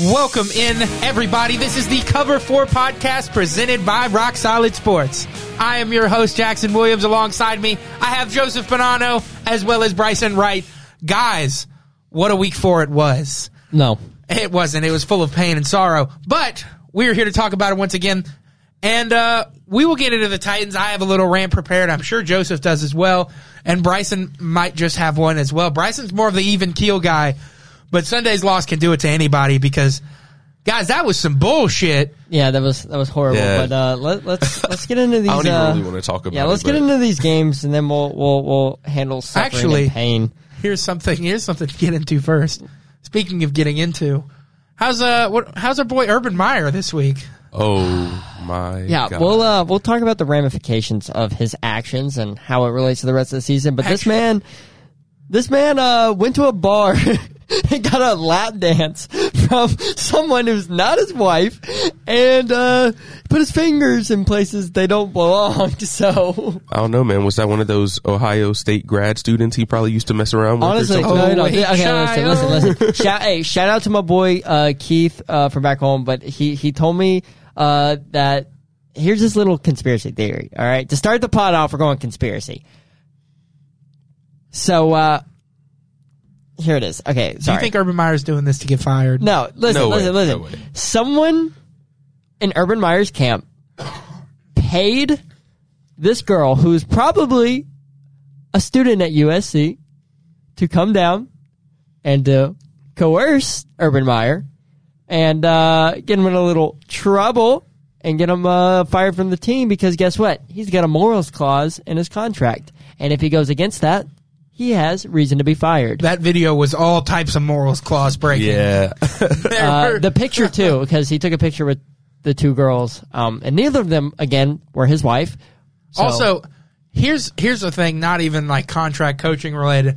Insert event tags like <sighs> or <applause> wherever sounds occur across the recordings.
Welcome in, everybody. This is the Cover 4 podcast presented by Rock Solid Sports. I am your host, Jackson Williams. Alongside me, I have Joseph Bonanno as well as Bryson Wright. Guys, what a week four it was. No. It wasn't. It was full of pain and sorrow. But we're here to talk about it once again. And uh, we will get into the Titans. I have a little rant prepared. I'm sure Joseph does as well. And Bryson might just have one as well. Bryson's more of the even keel guy. But Sunday's loss can do it to anybody because, guys, that was some bullshit. Yeah, that was that was horrible. Yeah. But uh, let, let's let's get into these. <laughs> I don't even uh, really want to talk about yeah, let's it. get but- into these games, and then we'll we'll we'll handle suffering Actually- and pain. Here's something. Here's something to get into first. Speaking of getting into, how's uh what, how's our boy Urban Meyer this week? Oh my Yeah, God. we'll uh, we'll talk about the ramifications of his actions and how it relates to the rest of the season. But this Actually- man, this man uh, went to a bar <laughs> and got a lap dance from someone who's not his wife, and uh, put his fingers in places they don't belong. <laughs> So I don't know, man. Was that one of those Ohio State grad students he probably used to mess around with? Honestly, or something? no, no, no. Oh, Okay, listen, listen, child. listen. shout, hey, shout out to my boy uh, Keith uh, from back home, but he he told me uh, that here's this little conspiracy theory. All right, to start the pot off, we're going conspiracy. So uh, here it is. Okay, Do sorry. you think Urban Meyer's doing this to get fired? no, listen, No way, listen, listen. no way. Someone in Urban Meyer's camp paid this girl, who's probably a student at USC, to come down and to coerce Urban Meyer and uh, get him in a little trouble and get him uh, fired from the team because guess what? He's got a morals clause in his contract. And if he goes against that, he has reason to be fired. That video was all types of morals clause breaking. Yeah. There Uh, were- the <laughs> picture too, because he took a picture with the two girls, um, and neither of them again were his wife. So- Also, here's here's the thing, not even like contract coaching related.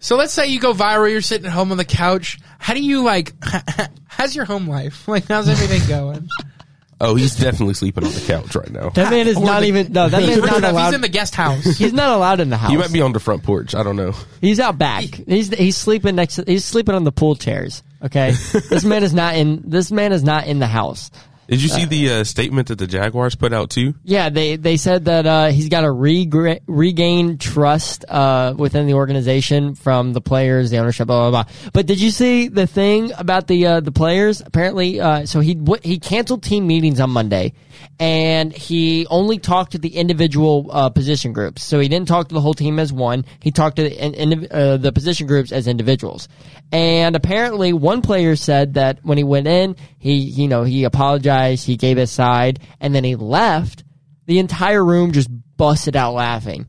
So let's say you go viral, you're sitting at home on the couch. How do you like <laughs> how's your home life? Like how's everything <laughs> going? oh, he's definitely sleeping on the couch right now. that man is Or not the- even <laughs> no. That He's man's rich not enough. allowed. He's in the guest house. he's not allowed in the house. He might be on the front porch. I don't know. He's out back. He's he's sleeping next. To, he's sleeping on the pool chairs. Okay, <laughs> this man is not in. This man is not in the house. Did you see the uh, statement that the Jaguars put out too? Yeah, they they said that uh, he's got to regre- regain trust uh, within the organization from the players, the ownership, blah blah blah. But did you see the thing about the uh, the players? Apparently, uh, so he what, he canceled team meetings on Monday, and he only talked to the individual uh, position groups. So he didn't talk to the whole team as one. He talked to the, in, in, uh, the position groups as individuals. And apparently, one player said that when he went in, he you know he apologized, he gave his side, and then he left the entire room just busted out laughing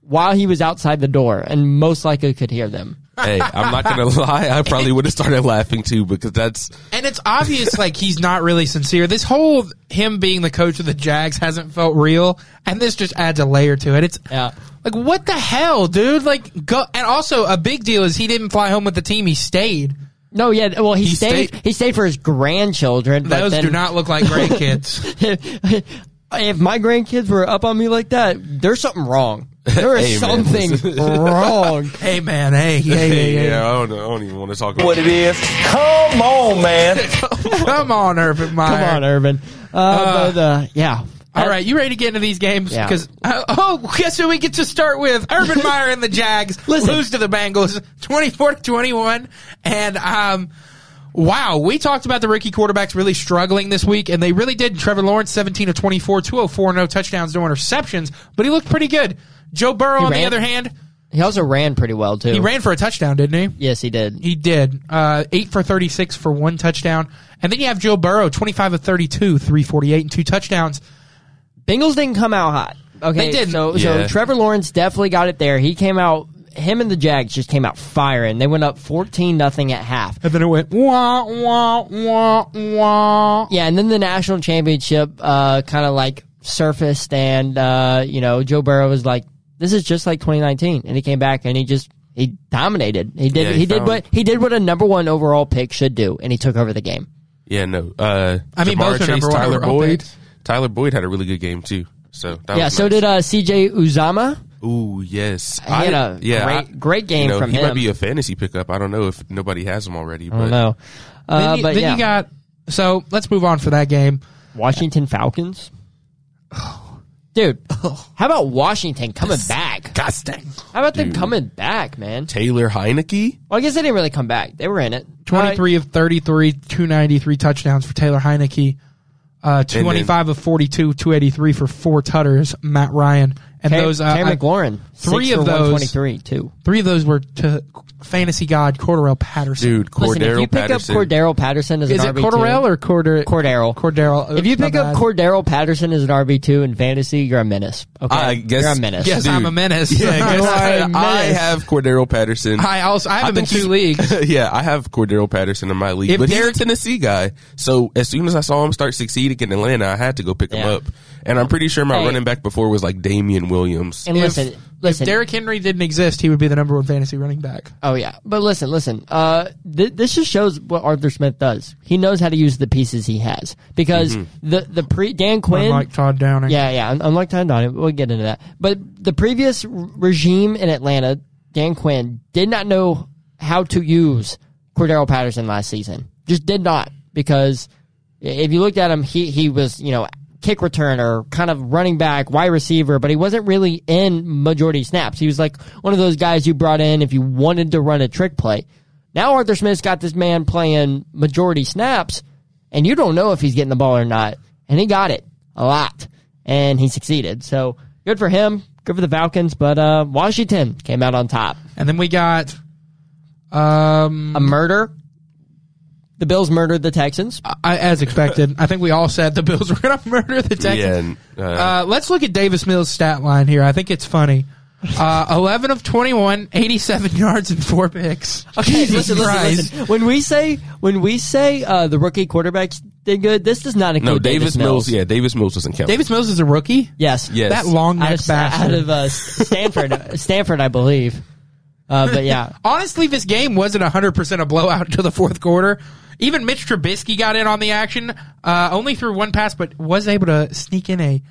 while he was outside the door and most likely could hear them. hey, I'm not gonna <laughs> lie. I probably would have started laughing too because that's and it's obvious like he's not really sincere. This whole him being the coach of the Jags hasn't felt real, and this just adds a layer to it. It's Yeah. like what the hell, dude? Like go and also a big deal is he didn't fly home with the team, he stayed. No, yeah, well he, He stayed, stayed- he stayed for his grandchildren. but Those then- do not look like grandkids. <laughs> if my grandkids were up on me like that, there's something wrong. There is <laughs> Hey, man, something this wrong. hey man, <laughs> hey, hey, hey, hey. yeah. I don't, know. I don't even want to talk about. what it is. Come on, man. <laughs> Come on, Urban Meyer. Come on, Urban. Uh, but uh, yeah. All right, you ready to get into these games? Yeah. Because oh, guess who we get to start with? Urban Meyer and the Jags <laughs> Listen. lose to the Bengals, twenty-four to twenty-one, and um. Wow, we talked about the rookie quarterbacks really struggling this week, and they really did. Trevor Lawrence, 17 of 24, 204, no touchdowns, no interceptions, but he looked pretty good. Joe Burrow, on ran- Oh. the other hand, He also ran pretty well too. he ran for a touchdown, didn't he? Yes, he did. He did. Uh, eight for 36 for one touchdown. And then you have Joe Burrow, 25 of 32, 348 and two touchdowns. Bengals didn't come out hot. Okay, They didn't. So, so Yeah. Trevor Lawrence definitely got it there. He came out. Him and the Jags just came out firing. They went up fourteen nothing at half. And then it went, wah, wah, wah, wah. Yeah, and then the national championship uh, kind of like surfaced, and uh, you know Joe Burrow was like, "This is just like 2019," and he came back and he just he dominated. He did Yeah, he, he did found- what he did what a number one overall pick should do, and he took over the game. Yeah, no. Uh, I mean, Ja'Marr both are Chase, number one Tyler overall Boyd. picks. Tyler Boyd had a really good game too. So that Yeah, was so nice. did uh, C.J. Uzama. Ooh, yes. He had a great- great game you know, from he him. might be a fantasy pickup. I don't know if nobody has him already. But I don't know. Uh, then you, but then yeah, you got so let's move on for that game. Washington Falcons. <laughs> Dude, how about Washington coming back? Disgusting. How about them coming back, man? Taylor Heineke. Well, I guess they didn't really come back. They were in it. Twenty three of thirty three, two ninety three touchdowns for Taylor Heineke. Uh, twenty five of forty two, two eighty three for four tutters. Matt Ryan and Terry, those uh, Terry I- McLaurin, three six of for those- 123 too. three of those were to fantasy god Cordero Patterson. Dude, Cordero Listen, if you pick Patterson. up Cordero Patterson as Is an it RB2, Cordero or Corder Cordero? Cordero? If you pick up Cordero, Cordero Patterson as an RB two in fantasy, you're a menace. Okay, I guess- you're a menace. yes, dude. I'm a menace. <laughs> <laughs> Yeah, I, <laughs> guess I, Menace. I have Cordero Patterson. I also I haven't been think two he's- <laughs> leagues. yeah, I have Cordero Patterson in my league, If but he's a Derek- Tennessee guy. So as soon as I saw him start succeeding in Atlanta, I had to go pick him Yeah. up. And I'm pretty sure my Hey. running back before was like Damian Williams. And listen, If listen. Derrick Henry didn't exist, he would be the number one fantasy running back. oh yeah, but listen, listen. Uh, th- this just shows what Arthur Smith does. He knows how to use the pieces he has because the the pre Dan Quinn. Unlike Todd Downing. yeah, yeah. un- Unlike Tom Donnie, we'll get into that. But the previous r- regime in Atlanta, Dan Quinn, did not know how to use Cordero Patterson last season. Just did not because if you looked at him, he he was you know kick returner, kind of running back, wide receiver, but he wasn't really in majority snaps. He was like one of those guys you brought in if you wanted to run a trick play. Now Arthur Smith's got this man playing majority snaps, and you don't know if he's getting the ball or not. And he got it a lot, and he succeeded. So good for him. Good for the Falcons, but uh, Washington came out on top. And then we got um A murder. The Bills murdered the Texans. I, as expected. I think we all said the Bills were going to <laughs> murder the Yeah, Texans. and, uh, Uh, let's look at Davis Mills' stat line here. I think it's funny. Uh, 11 of 21, 87 <laughs> yards and four picks. Okay, Jesus listen, listen, Christ. listen. When we say when we say uh, the rookie quarterbacks did good, this does not include no, Davis, Mills. Yeah, Davis Mills doesn't count. Davis Mills is a rookie? Yes. Yes. That long Out of, neck out bastard. of uh, Stanford, uh, Stanford, I believe. Uh, but yeah, <laughs> Honestly, this game wasn't 100% a blowout until the fourth quarter. Even Mitch Trubisky got in on the action, uh, only threw one pass, but was able to sneak in a,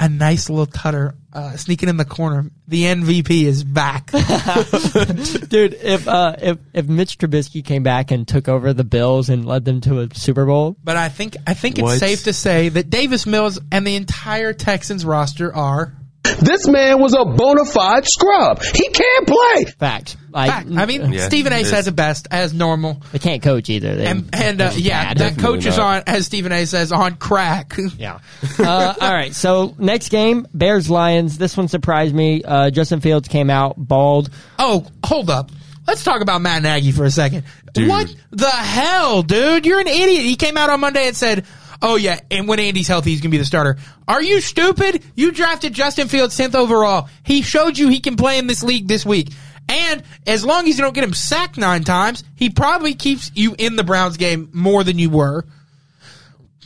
a nice little tutter, uh, sneaking in the corner. The MVP is back. <laughs> <laughs> dude, if uh, if if Mitch Trubisky came back and took over the Bills and led them to a Super Bowl, but I think I think it's What? safe to say that Davis Mills and the entire Texans roster are. This man was a bona fide scrub. He can't play. fact, like back. I mean, Yeah. Stephen A. Yes. says it best as normal, they can't coach either. They, and and uh, which is yeah, bad. that coach is on not. as Stephen A. says on crack. Yeah. uh, all right. So next game, Bears Lions. This one surprised me. Uh, Justin Fields came out bald. Oh, hold up. Let's talk about Matt Nagy for a second. What the hell, dude? You're an idiot. He came out on Monday and said, Oh yeah, and when Andy's healthy, he's gonna be the starter. Are you stupid? You drafted Justin Fields tenth overall. He showed you he can play in this league this week. And as long as you don't get him sacked nine times, he probably keeps you in the Browns game more than you were.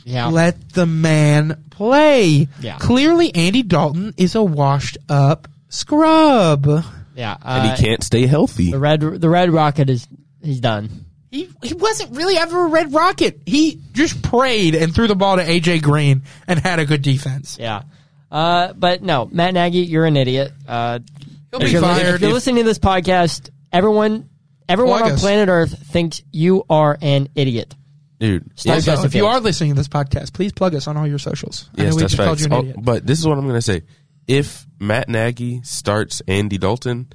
Yeah. Let the man play. Yeah. Clearly, Andy Dalton is a washed up scrub. yeah. and Uh, he can't stay healthy. the red the red rocket is he's done. He, he wasn't really ever a Red Rocket. He just prayed and threw the ball to AJ Green and had a good defense. Yeah. Uh, but no, Matt Nagy, you're an idiot. Uh, He'll if be you're, li- fired. if you're listening to this podcast, everyone, everyone Well, I on guess- planet Earth thinks you are an idiot. Dude. Start So Justin if you Fields. are listening to this podcast, please plug us on all your socials. I know Yes, we that's just called facts. you an Oh, idiot. but this is what I'm going to say. If Matt Nagy starts Andy Dalton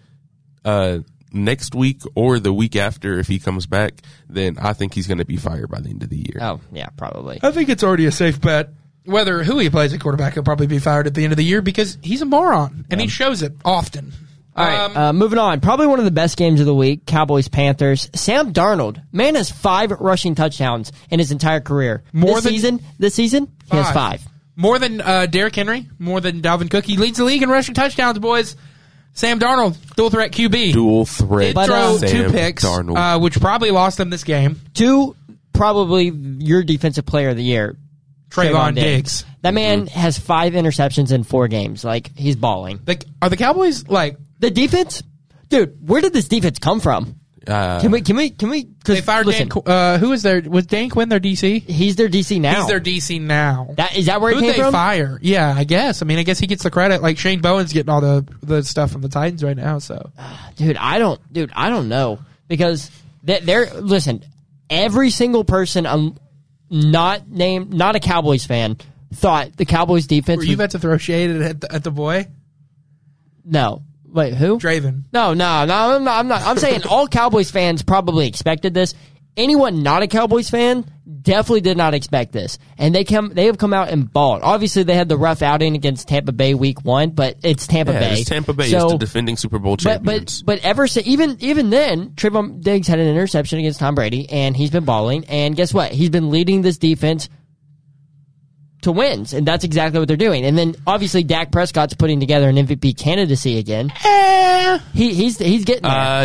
uh, next week or the week after, if he comes back, then I think he's going to be fired by the end of the year. Oh yeah, probably. I think it's already a safe bet. Whether who he plays at quarterback, he'll probably be fired at the end of the year because he's a moron and he shows it often. All right, Um, uh, moving on. Probably one of the best games of the week: Cowboys Panthers. Sam Darnold, man, has five rushing touchdowns in his entire career. More this than- season, this season, he has five. More than uh, Derrick Henry, more than Dalvin Cook. He leads the league in rushing touchdowns, boys. Sam Darnold, dual threat QB. Dual threat. But, throw uh, two Sam picks, Darnold. uh, which probably lost them this game. Two, probably your defensive player of the year, Trayvon, Diggs. Mm-hmm. That man has five interceptions in four games. Like he's balling. Like, are the Cowboys like The defense, dude. Where did this defense come from? Uh, Can we? Can we? Can we? they fired Dan? listen, Qu- Uh, who is their was Dan Quinn their DC? He's their DC now. He's their DC now. That is that where Who it came they from? fire? Yeah, I guess. I mean, I guess he gets the credit. Like Shane Bowen's getting all the the stuff from the Titans right now. So Dude, I don't. Dude, I don't know because they- they're listen. every single person I'm not named, not a Cowboys fan, thought the Cowboys defense. Were you was- about to throw shade at the, at the boy? no, wait, who? Draven. No, no, no, I'm not. I'm not. I'm saying all Cowboys fans probably expected this. Anyone not a Cowboys fan definitely did not expect this, and they come. They have come out and balled. Obviously, they had the rough outing against Tampa Bay Week One, but it's Tampa Yeah, Bay. it's Tampa Bay So- is the defending Super Bowl but champions. but but ever since even even then, Trayvon Diggs had an interception against Tom Brady, and he's been balling. And guess what? He's been leading this defense to wins, and that's exactly what they're doing. And then obviously Dak Prescott's putting together an MVP candidacy again. He he's he's getting there. Eh. uh, uh,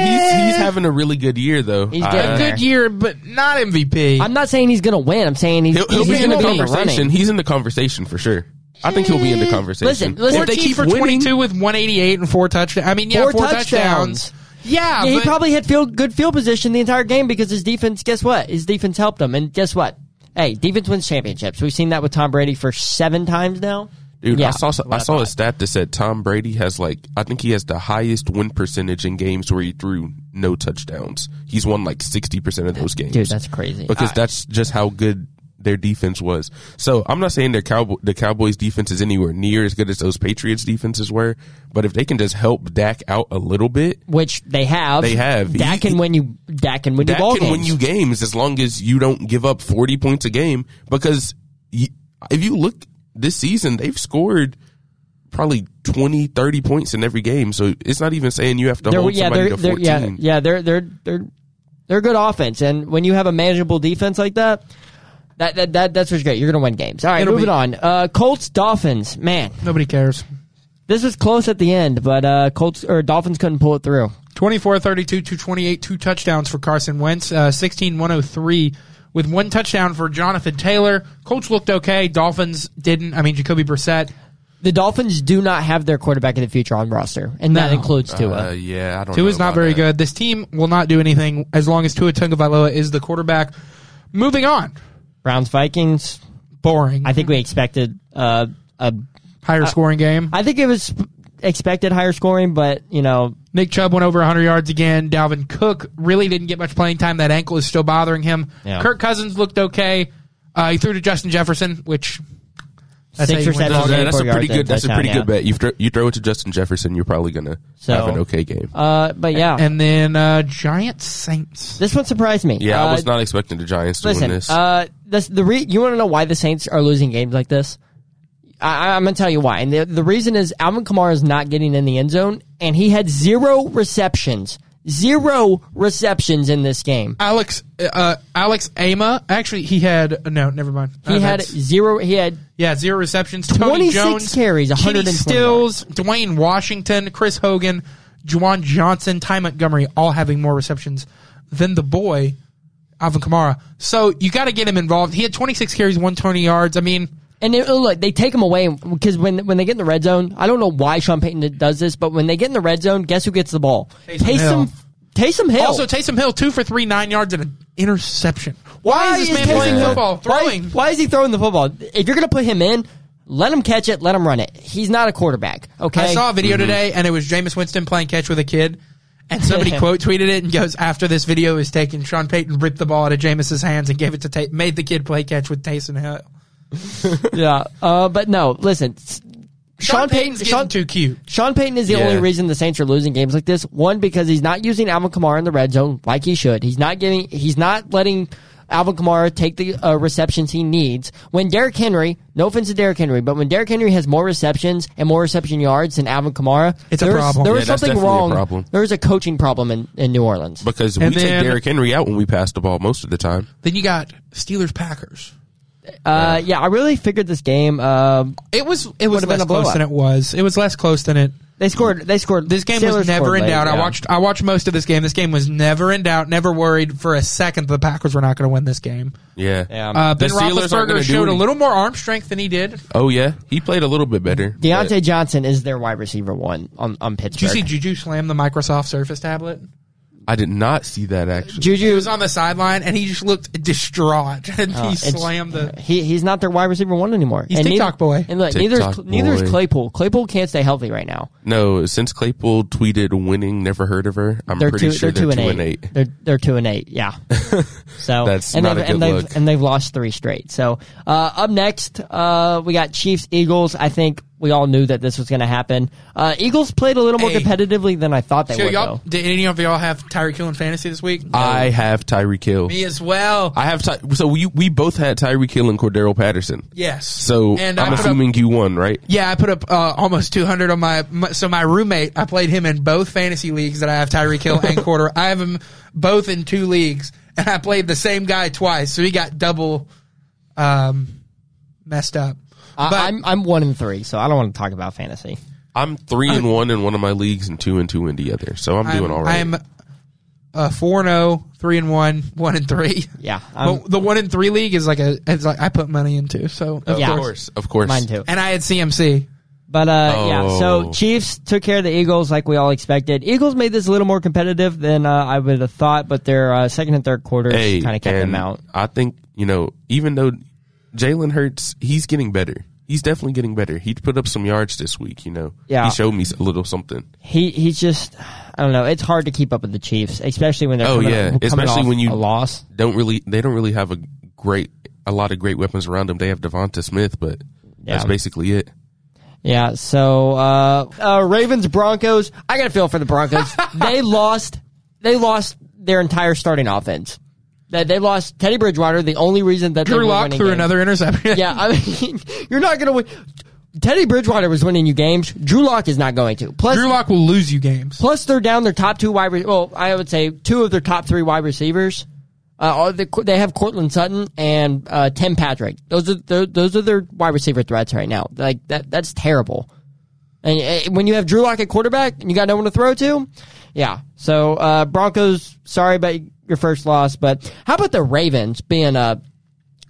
he's he's having a really good year though. He's Uh, getting A good year, but not MVP. I'm not saying he's gonna win. I'm saying he's He'll, he'll he's be in gonna the be in the conversation. running. he's in the conversation for sure. I think he'll be in the conversation. Listen, listen. if they 14 keep for winning, 22 with 188 and four touchdowns. I mean, yeah, Four four, touchdowns. touchdowns. Yeah, Yeah, he but- probably had field good field position the entire game because his defense. Guess what? His defense helped him, and guess what? Hey, defense wins championships. We've seen that with Tom Brady for seven times now. dude, Yeah. I saw I saw a stat that said Tom Brady has like I think he has the highest win percentage in games where he threw no touchdowns. He's won like sixty percent of those games. Dude, that's crazy. because that's just how good their defense was. So I'm not saying their Cowboy, the Cowboys defense is anywhere near as good as those Patriots defenses were, but if they can just help Dak out a little bit, Uh, Which they have. They have. Dak He- can win you. Dak can win Dak you ball can games. win you games as long as you don't give up 40 points a game. Because y if you look this season, they've scored probably 20, 30 points in every game. So it's not even saying you have to They're- hold yeah, somebody they're, to they're- 14. yeah, yeah, they're they're they're they're good offense, and when you have a manageable defense like that. That, that, that that's what's great. You're gonna win games. All right, It'll moving be- on. Uh, Colts Dolphins. Man, nobody cares. this was close at the end, but uh, Colts or Dolphins couldn't pull it through. 24 32, 228, two touchdowns for Carson Wentz, uh, 16 103 with one touchdown for Jonathan Taylor. Colts looked okay. Dolphins didn't. I mean, Jacoby Brissett. The Dolphins do not have their quarterback of the future on roster, and that No. includes Tua. Uh, yeah, I don't know Tua's not about very that. good. This team will not do anything as long as Tua Tungavailoa is the quarterback. Moving on. Browns Vikings. Boring. I think we expected uh, a. Higher scoring game. I think it was expected higher scoring, but you know Nick Chubb went over 100 yards again. Dalvin Cook really didn't get much playing time. That ankle is still bothering him. Yeah. Kirk Cousins looked okay. Uh, he threw to Justin Jefferson, which that's Six how you or win. seven. No, Okay, no, that's four a pretty yards then, good. That's a touchdown, pretty yeah. good bet. You throw, you throw it to Justin Jefferson, you're probably gonna So- have an okay game. Uh, but yeah, And then uh, Giants Saints. this one surprised me. yeah, uh, I was not expecting the Giants to win Listen, this. uh, this, the re- you want to know why the Saints are losing games like this? I, I- I'm gonna tell you why, and the, the reason is Alvin Kamara is not getting in the end zone, and he had zero receptions, zero receptions in this game. Alex uh, Alex Ama. Actually, he had no. Never mind. He Uh, had that's- zero. He had yeah zero receptions. Tony 26 Jones carries, Kenny 120 Stills, Dwayne Washington, Chris Hogan, Juwan Johnson, Ty Montgomery, all having more receptions than the boy Alvin Kamara. So you got to get him involved. He had 26 carries, 120 yards. I mean, And it, oh, look, they take him away because when when they get in the red zone, I don't know why Sean Payton does this, but when they get in the red zone, guess who gets the ball? Taysom Hill. Taysom, Taysom Hill. also Taysom Hill two for three, nine yards and an interception. Why, is this man Taysom playing Hill- football? Throwing. Why, why is he throwing the football? If you're going to put him in, let him catch it. Let him run it. He's not a quarterback. Okay. I saw a video today, and it was Jameis Winston playing catch with a kid, and somebody quote tweeted it and goes, "After this video is taken, Sean Payton ripped the ball out of Jameis's hands and gave it to Ta- made the kid play catch with Taysom Hill." yeah. Uh, but no, listen. s- Sean Payton's getting Sean, too cute. Sean Payton is the Yeah. only reason the Saints are losing games like this. One, because he's not using Alvin Kamara in the red zone like he should. He's not giving. He's not letting Alvin Kamara take the uh, receptions he needs. When Derrick Henry, no offense to Derrick Henry, but when Derrick Henry has more receptions and more reception yards than Alvin Kamara, It's a there was- problem. There Yeah, was that's something definitely a wrong. problem. There was a coaching problem in, in New Orleans. because we and take then- Derrick Henry out when we pass the ball most of the time. Then you got Steelers Packers. uh, yeah, I really figured this game. Uh, It was it was Would've been less close a blowout. than it was. It was less close than it. they scored. They scored. This game Steelers was never scored in late, doubt. I yeah. watched I watched most of this game. This game was never in doubt. Never worried for a second the Packers were not going to win this game. Yeah. Yeah. Uh, ben The Steelers aren't gonna Roethlisberger do showed a any- little more arm strength than he did. Oh yeah, he played a little bit better. Deontay Johnson is their wide receiver one on on Pittsburgh. Did you see Juju slam the Microsoft Surface tablet? I did not see that actually. He Juju was on the sideline and he just looked distraught <laughs> and Oh, uh, he it's- slammed the. He he's not their wide receiver one anymore. He's and TikTok neither, boy. And look, neither is, TikTok neither is boy. Claypool. Claypool can't stay healthy right now. No, since Claypool tweeted winning, never heard of her. I'm They're pretty two. sure they're two, and, 8 eight. They're they're two and eight. <laughs> Yeah. So That's and not they've, a good and they've, look. And they've lost three straight. So uh, up next, uh, we got Chiefs Eagles. I think we all knew that this was going to happen. Uh, Eagles played a little more Hey. competitively than I thought they So would. y'all, Though. did any of y'all have Tyreek Hill in fantasy this week? I have Tyreek Hill. Me as well. I have Ty- so we we both had Tyreek Hill and Cordero Patterson. yes. So and I'm I put up- assuming you won, right? Yeah, I put up uh, almost 200 on my, my. So my roommate, I played him in both fantasy leagues that I have Tyreek Hill <laughs> and Quarter. I have him both in two leagues, and I played the same guy twice, so he got double um, messed up. I, But I'm I'm one and three, so I don't want to talk about fantasy. I'm three and one in one of my leagues and two and two in the other. So I'm, doing all right. I'm uh, four and oh, three and one, one and three. Yeah, I'm- but the one and three league is like a. It's like I put money into. So of yeah. course, of course. Mine too. and I had CMC. But uh, yeah, so Oh. Chiefs took care of the Eagles like we all expected. Eagles made this a little more competitive than uh, I would have thought, but their uh, second and third quarters Hey, kind of kept and them out. I think you know, even though Jalen Hurts, he's getting better. He's definitely getting better. He put up some yards this week. You know, Yeah. he showed me a little something. He he's just I don't know. It's hard to keep up with the Chiefs, especially when they're Oh, coming yeah. coming Especially off when you- a loss. Don't really, they don't really have a great, a lot of great weapons around them. They have Devonta Smith, but that's Yeah. basically it. Yeah, so uh, uh, Ravens Broncos. I got a feel for the Broncos. <laughs> they lost. They lost their entire starting offense. They, they lost Teddy Bridgewater. The only reason that they Drew were Lock winning threw games. another interception. <laughs> Yeah, I mean, you're not gonna win. Teddy Bridgewater was winning you games. Drew Lock is not going to. <laughs> Plus, Drew Lock will lose you games. plus they're down their top two wide. Re- well, I would say two of their top three wide receivers. Uh, all the, they have Cortland Sutton and uh, Tim Patrick. Those are those, those are their wide receiver threats right now. Like that, that's terrible. And uh, when you have Drew Lock at quarterback and you got no one to throw to, yeah. So uh, Broncos, sorry about your first loss, but how about the Ravens being a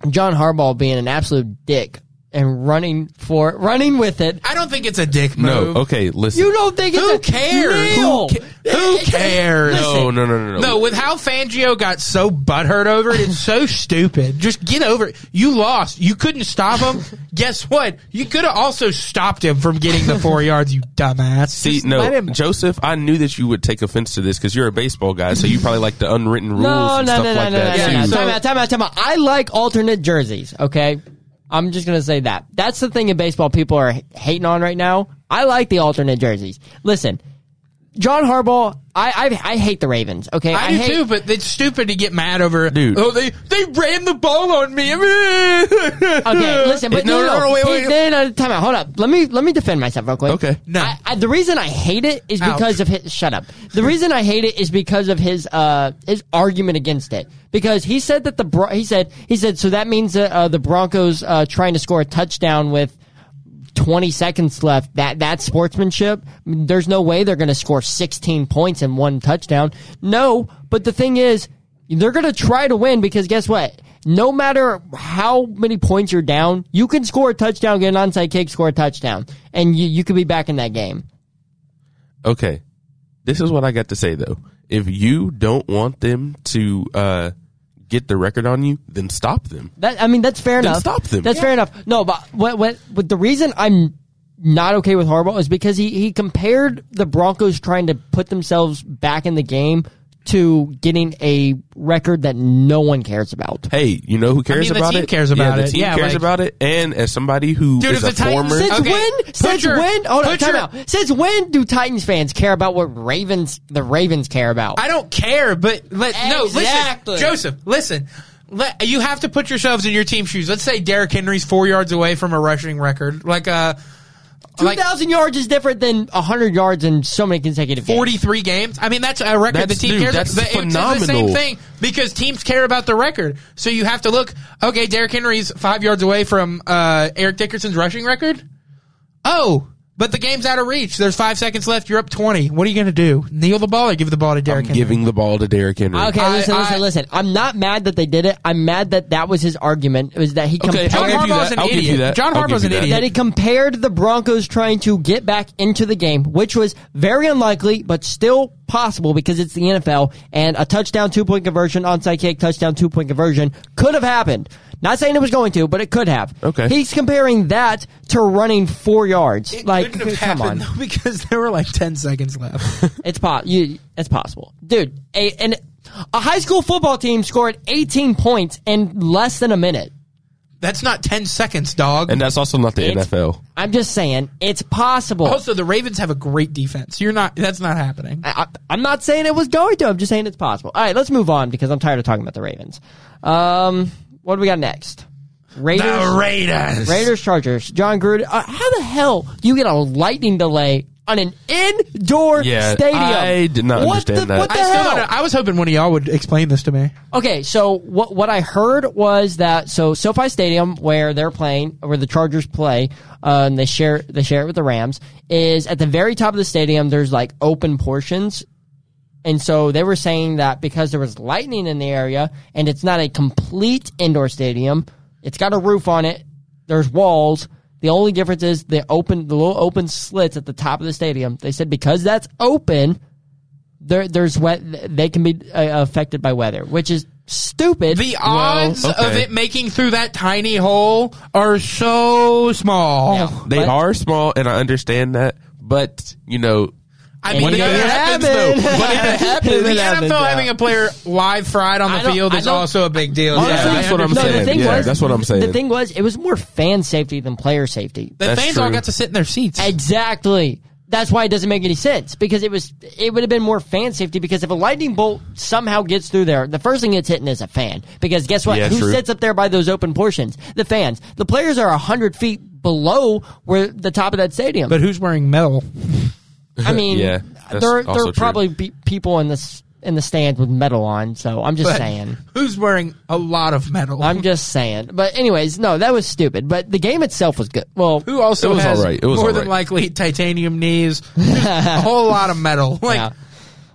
John Harbaugh being an absolute dick and running for running with it? I don't think it's a dick move. No, okay, listen. You don't think it's Who a- cares? Neil! Who, ca- who cares? no, no, no, no, no. No, with how Fangio got so butthurt over it, it's <laughs> so stupid. Just get over it. You lost. You couldn't stop him. Guess what? You could have also stopped him from getting the four yards, you dumbass. See, Just let no, him- Joseph, I knew that you would take offense to this because you're a baseball guy, so you probably like the unwritten rules No, and no, stuff no, no, like no, that. no, no, no. too. Time out, time out, time out. I like alternate jerseys, okay? I'm just going to say that. That's the thing in baseball people are h- hating on right now. I like the alternate jerseys. Listen, John Harbaugh, I I, I hate the Ravens, okay? I, do hate, too, but it's stupid to get mad over. Dude. Oh, they they ran the ball on me. <laughs> Okay, listen, but no, no, no, wait, Hey, wait. no, no, time out. Hold up. Let me let me defend myself real quick. Okay. No. I, I, the reason I hate it is Ouch. because of his. Shut up. The reason I hate it is because of his uh his argument against it. Because he said that the Bro- he said he said so that means that uh, the Broncos uh, trying to score a touchdown with. 20 seconds left. That that's sportsmanship. I mean, There's no way they're going to score 16 points in one touchdown. No, but the thing is, they're going to try to win because guess what? No matter how many points you're down, you can score a touchdown, get an onside kick, score a touchdown, and you you could be back in that game. Okay. This is what I got to say though. If you don't want them to uh, get the record on you, then stop them. That I mean, that's fair enough. stop them. That's Yeah. fair enough. No, but what what but the reason I'm not okay with Harbaugh is because he he compared the Broncos trying to put themselves back in the game to getting a record that no one cares about. Hey, you know who cares mean, the about team it? cares yeah, about the it. team Yeah, cares like- about it. And as somebody who is Dude, if a the Titans- former, Since Okay, when? put Since your- when? Hold on, put time your- out. Since when do Titans fans care about what Ravens the Ravens care about? I don't care, but let, no, Exactly. listen, Joseph, listen. Let, you have to put yourselves in your team shoes. Let's say Derrick Henry's four yards away from a rushing record, like uh, like 2,000 yards is different than 100 yards in so many consecutive games. forty-three games. I mean, that's a record That's- the team dude, cares. that's about. It's the same phenomenal. thing because teams care about the record. So you have to look. Okay, Derrick Henry's five yards away from uh, Eric Dickerson's rushing record. Oh. But the game's out of reach. There's five seconds left. You're up 20. What are you going to do? Kneel the ball or give the ball to Derrick Henry? giving the ball to Derrick Henry. Ah, Okay, I- listen, listen, I- listen. I'm not mad that they did it. I'm mad that that was his argument. It was that he Okay, compared I'll give you Harbaugh's that. an I'll give idiot. you that. John I'll give Harbaugh's you an that. idiot. that he compared the Broncos trying to get back into the game, which was very unlikely, but still possible because it's the NFL and a touchdown two point conversion, onside kick, touchdown two point conversion could have happened. Not saying it was going to, but it could have. Okay. He's comparing that to running four yards. It like, couldn't have come on. happened though, because there were like ten seconds <laughs> left. It's po- you, It's possible, dude. A, and a high school football team scored 18 points in less than a minute. That's not ten seconds, dog. And that's also not the It's- NFL. I'm just saying, it's possible. also, the Ravens have a great defense. You're not. That's not happening. I, I- I'm not saying it was going to. I'm just saying it's possible. All right, let's move on because I'm tired of talking about the Ravens. Um, what do we got next? Raiders. The Raiders. Raiders Chargers. John Gruden. Uh, how the hell do you get a lightning delay on an indoor Yeah, stadium? I did not What understand the- that. What the I still. hell? Don't, know. I was hoping one of y'all would explain this to me. Okay, so what what I heard was that so SoFi Stadium where they're playing, where the Chargers play, uh, and they share they share it with the Rams, is at the very top of the stadium. There's like open portions, and so they were saying that because there was lightning in the area, and it's not a complete indoor stadium, it's got a roof on it. There's walls. The only difference is the open the little open slits at the top of the stadium. They said because that's open, there there's wet they can be uh, affected by weather, which is stupid. The Well, odds of okay. it making through that tiny hole are so small. Yeah. They But- are small, and I understand that. But you know, I mean, When the it other- happens, <laughs> happens, though. When it happens, the it NFL happens, yeah. having a player live fried on I the don't- field I is don't- also a big deal. Honestly, I that's what I'm understand. no, the saying. thing Yeah, was, that's what I'm saying. The thing was, it was more fan safety than player safety. The That's fans all true. got to sit in their seats. Exactly. That's why it doesn't make any sense because it was it would have been more fan safety because if a lightning bolt somehow gets through there, the first thing it's hitting is a fan because guess what? Yeah, Who true. sits up there by those open portions? The fans. The players are hundred feet below where the top of that stadium. but who's wearing metal? I mean, Yeah, that's there there also are true. probably be- people in this in the stands with metal on. So I'm just But saying. Who's wearing a lot of metal? I'm just saying. But anyways, no, that was stupid. But the game itself was good. Well, Who also It was has all right. It was more all than right. likely titanium <laughs> knees, just a whole lot of metal. Like, yeah.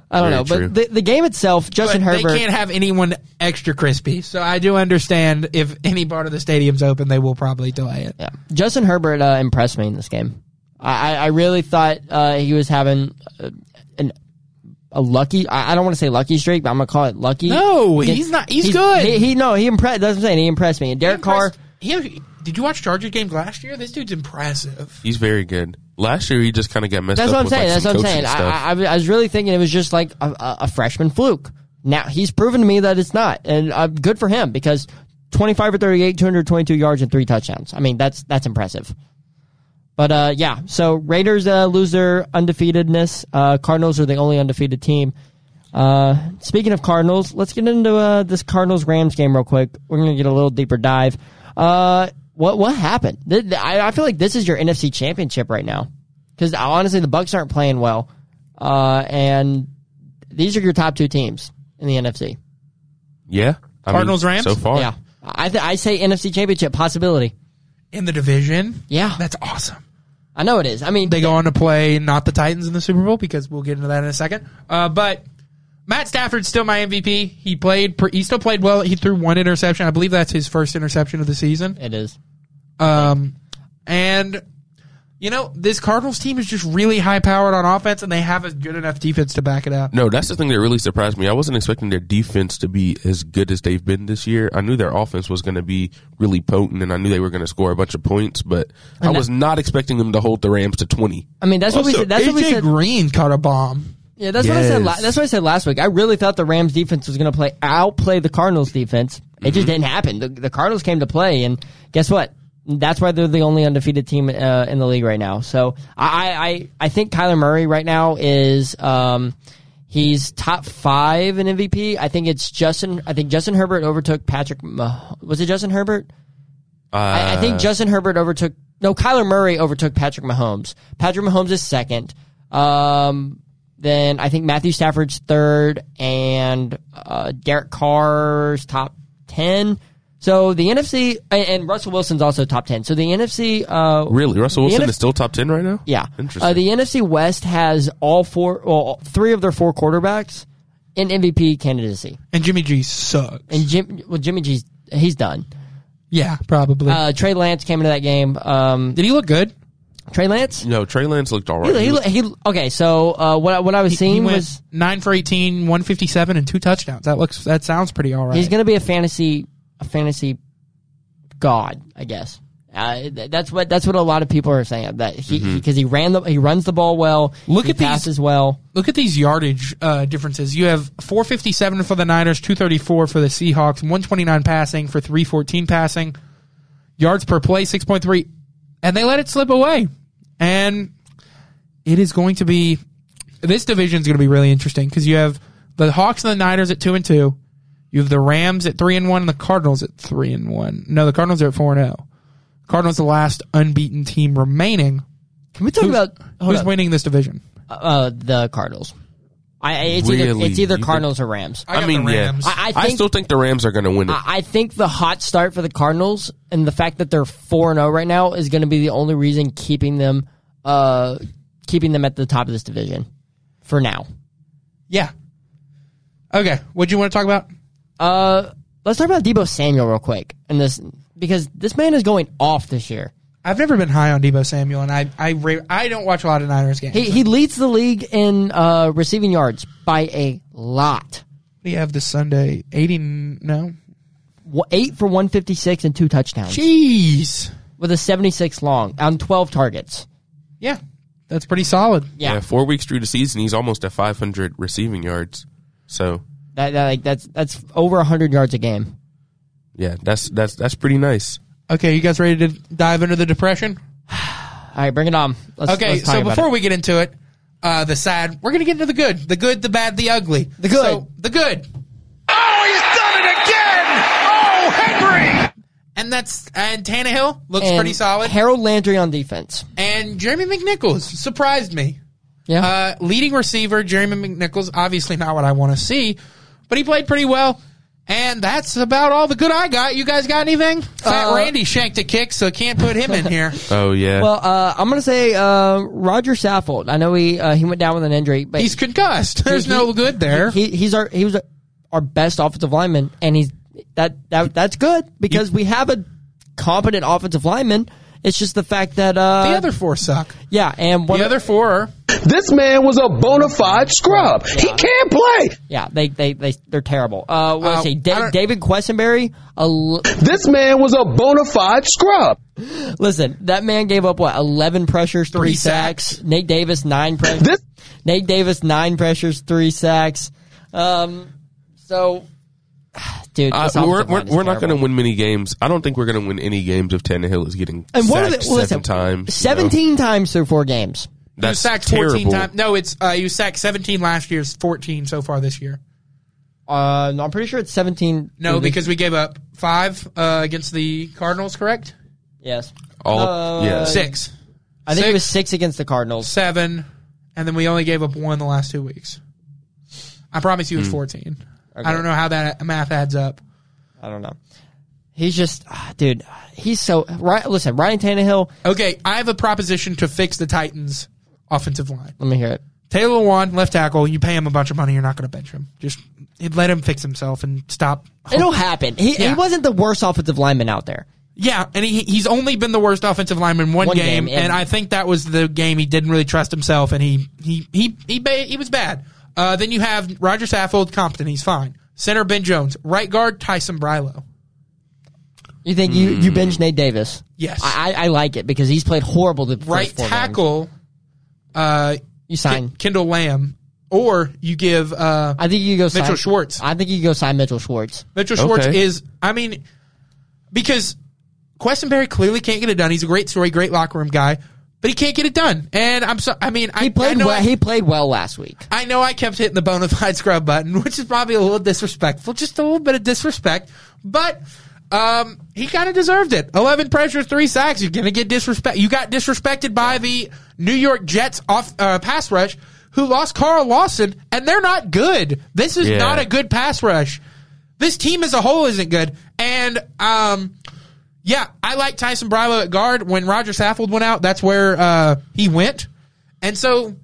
I don't Very know, true. but the, the game itself, but Justin they Herbert. can't have anyone extra crispy. So I do understand if any part of the stadium's open, they will probably delay it. Yeah. Justin Herbert uh, impressed me in this game. I, I I really thought uh, he was having uh, an, a lucky. I, I don't want to say lucky streak, but I'm gonna call it lucky. No, he's not- he's good. He, he no, he impressed. That's what I'm saying. He impressed me. And Derek Carr. He- did you watch Chargers games last year? This dude's impressive. he's very good. Last year, he just kind of got messed That's up what I'm with saying. like that's some what I'm saying. coaching I, stuff. I, I was really thinking it was just like a, a, a freshman fluke. Now he's proven to me that it's not, and uh, good for him because 25 or 38, 222 yards and three touchdowns. I mean, that's that's impressive. But uh, yeah, so Raiders uh, lose their undefeatedness. Uh, Cardinals are the only undefeated team. Uh, speaking of Cardinals, let's get into uh, this Cardinals Rams game real quick. We're gonna get a little deeper dive. Uh, what what happened? Th- th- I, I feel like this is your NFC Championship right now because honestly, the Bucks aren't playing well, uh, and these are your top two teams in the NFC. yeah, I mean, Cardinals, Rams? so far. Yeah, I th- I say NFC Championship possibility. In the division? Yeah. That's awesome. I know it is. I mean, They go on to play not the Titans in the Super Bowl because we'll get into that in a second. Uh, but Matt Stafford's still my MVP. He played. pre- He still played well. He threw one interception. I believe that's his first interception of the season. it is. Um, and you know this Cardinals team is just really high powered on offense, and they have a good enough defense to back it up. No, that's the thing that really surprised me. I wasn't expecting their defense to be as good as they've been this year. I knew their offense was going to be really potent, and I knew they were going to score a bunch of points, but I was not expecting them to hold the Rams to twenty. I mean, that's what we Also, said. That's what we AJ said. Green caught a bomb. Yeah, that's what I said. La- Yes. that's what I said last week. I really thought the Rams defense was going to play outplay the Cardinals defense. It just didn't happen. The, the Cardinals came to play, and guess what? That's why they're the only undefeated team uh, in the league right now. So I, I- I, I think Kyler Murray right now is um, he's top five in MVP. I think it's Justin. I think Justin Herbert overtook Patrick. Mah- was it Justin Herbert? I, I think Justin Herbert overtook. No, Kyler Murray overtook Patrick Mahomes. Patrick Mahomes is second. Um, then I think Matthew Stafford's third, and uh, Derek Carr's top ten. So the NFC and, and Russell Wilson's also top ten. So the NFC, uh, Really, Russell The Wilson NF is still top ten right now. yeah, interesting. uh, the NFC West has all four, well, three of their four quarterbacks in MVP candidacy, And Jimmy G sucks. and Jim, well, Jimmy G's he's done. yeah, probably. Uh, Trey Lance came into that game. Um, Did he look good? Trey Lance. No, Trey Lance looked all right. He, He he, was- he, okay, so uh, what I- what I was He seeing went was nine for 18, 157, and two touchdowns. That looks that sounds pretty all right. he's going to be a fantasy a fantasy god, I guess. Uh, th- that's what that's what a lot of people are saying that he because he ran the he runs the ball well. Look he at these- passes well. Look at these yardage uh, differences. You have 457 for the Niners, 234 for the Seahawks, 129 passing for 314 passing, yards per play 6.3, and they let it slip away. And it is going to be this division is going to be really interesting because you have the Hawks and the Niners at two and two, you have the Rams at three and one, and the Cardinals at three and one. No, the Cardinals are at four and zero. Cardinals the last unbeaten team remaining. Can we talk Who's, about hold who's up. winning this division? uh, the Cardinals? I I- it's either Really? it's either You Cardinals or Rams. I, got I the mean, yeah. Rams. I I think- still think the Rams are going to win Uh, it. I think the hot start for the Cardinals and the fact that they're four and zero right now is going to be the only reason keeping them uh keeping them at the top of this division for now. Yeah. Okay. What do you want to talk about? Uh, let's talk about Debo Samuel real quick, and this because this man is going off this year. I've never been high on Debo Samuel, and I I ra- I don't watch a lot of Niners games. He he leads the league in uh, receiving yards by a lot. we have this Sunday eighty no. Wha- Eight for one fifty six and two touchdowns Jeez. with a seventy six long on twelve targets. Yeah, that's pretty solid. Yeah, yeah, four weeks through the season, he's almost at 500 receiving yards. So That, that like that's that's over hundred yards a game. yeah, that's that's that's pretty nice. Okay, you guys ready to dive into the depression? All right, bring it on. Let's, Okay, let's talk so about before it. we get into it, uh, the sad, we're gonna get into the good, the good, the bad, the ugly, the good. the good, Oh, he's done it again! Oh, Henry! and that's and Tannehill looks And pretty solid, Harold Landry on defense. and Jeremy McNichols surprised me. Yeah, Uh, leading receiver Jeremy McNichols, obviously not what I want to see, but he played pretty well. And that's about all the good I got. You guys got anything? Fat Uh, Randy shanked a kick, so can't put him in <laughs> here. Oh yeah. well, uh, I'm gonna say uh, Roger Saffold. I know he uh, he went down with an injury, but He's concussed. There's He- no good there. He, he's our he was our best offensive lineman, and he's that that that's good because we have a competent offensive lineman. It's just the fact that uh, the other four suck. yeah, and one The other four are This man was a bona fide scrub. He can't play. yeah, they they they they're terrible. Uh, what Uh, is he? I Da- don't- David Questenberry. A l- This man was a bona fide scrub. listen, that man gave up what eleven pressures, three, Three sacks. sacks. Nate Davis nine pressures. This Nate Davis nine pressures, three sacks. Um, so. <sighs> Dude, Uh, this we're offensive we're, line is we're not terrible. going to win many games. I don't think we're going to win any games if Tannehill is getting And what are sacked they- well, seven listen, times. you know? 17 times through four games. you That's sacked 14 terrible. times. No, it's uh, you sacked 17 last year, it's 14 so far this year. Uh, no, I'm pretty sure it's 17. No, through the- because we gave up five uh, against the Cardinals, correct? yes, All Uh, yeah. Six, I think it Six. was six against the Cardinals. seven, and then we only gave up one the last two weeks. I promise you it's 14. I don't know how that math adds up. I don't know. He's just, ah, dude. He's so right. Listen, Ryan Tannehill. Okay, I have a proposition to fix the Titans' offensive line. Let me hear it. Taylor Lewan, left tackle. You pay him a bunch of money. You're not going to bench him. Just let him fix himself and stop. It'll happen. He, he Yeah. wasn't the worst offensive lineman out there. Yeah, and he, he's only been the worst offensive lineman one, One game, game, and, and- I think that was the game he didn't really trust himself, and he he he he, ba- he was bad. Uh, then you have Roger Saffold, competent. He's fine. Center Ben Jones, right guard Tyson Brilo. You think you Mm. you bench Nate Davis? Yes. I, I I like it because he's played horrible the first right four games. tackle, uh, You sign. Kendall Lamb, or you give uh, I think you go sign Mitchell Schwartz. I think you go sign Mitchell Schwartz. Mitchell Schwartz Okay. is. I mean, because Questenberry clearly can't get it done. He's a great story, great locker room guy, but he can't get it done. And I'm so. I mean, I, He I played know well. I, he played well last week. I know I kept hitting the bona fide scrub button, which is probably a little disrespectful, just a little bit of disrespect, but. Um, he kind of deserved it. Eleven pressures, three sacks. You're gonna get disrespect. You got disrespected by the New York Jets off uh, pass rush, who lost Carl Lawson, and they're not good. This is Yeah. not a good pass rush. This team as a whole isn't good. And um, yeah, I like Tyson Bravo at guard. When Roger Saffold went out, that's where uh, he went. And so,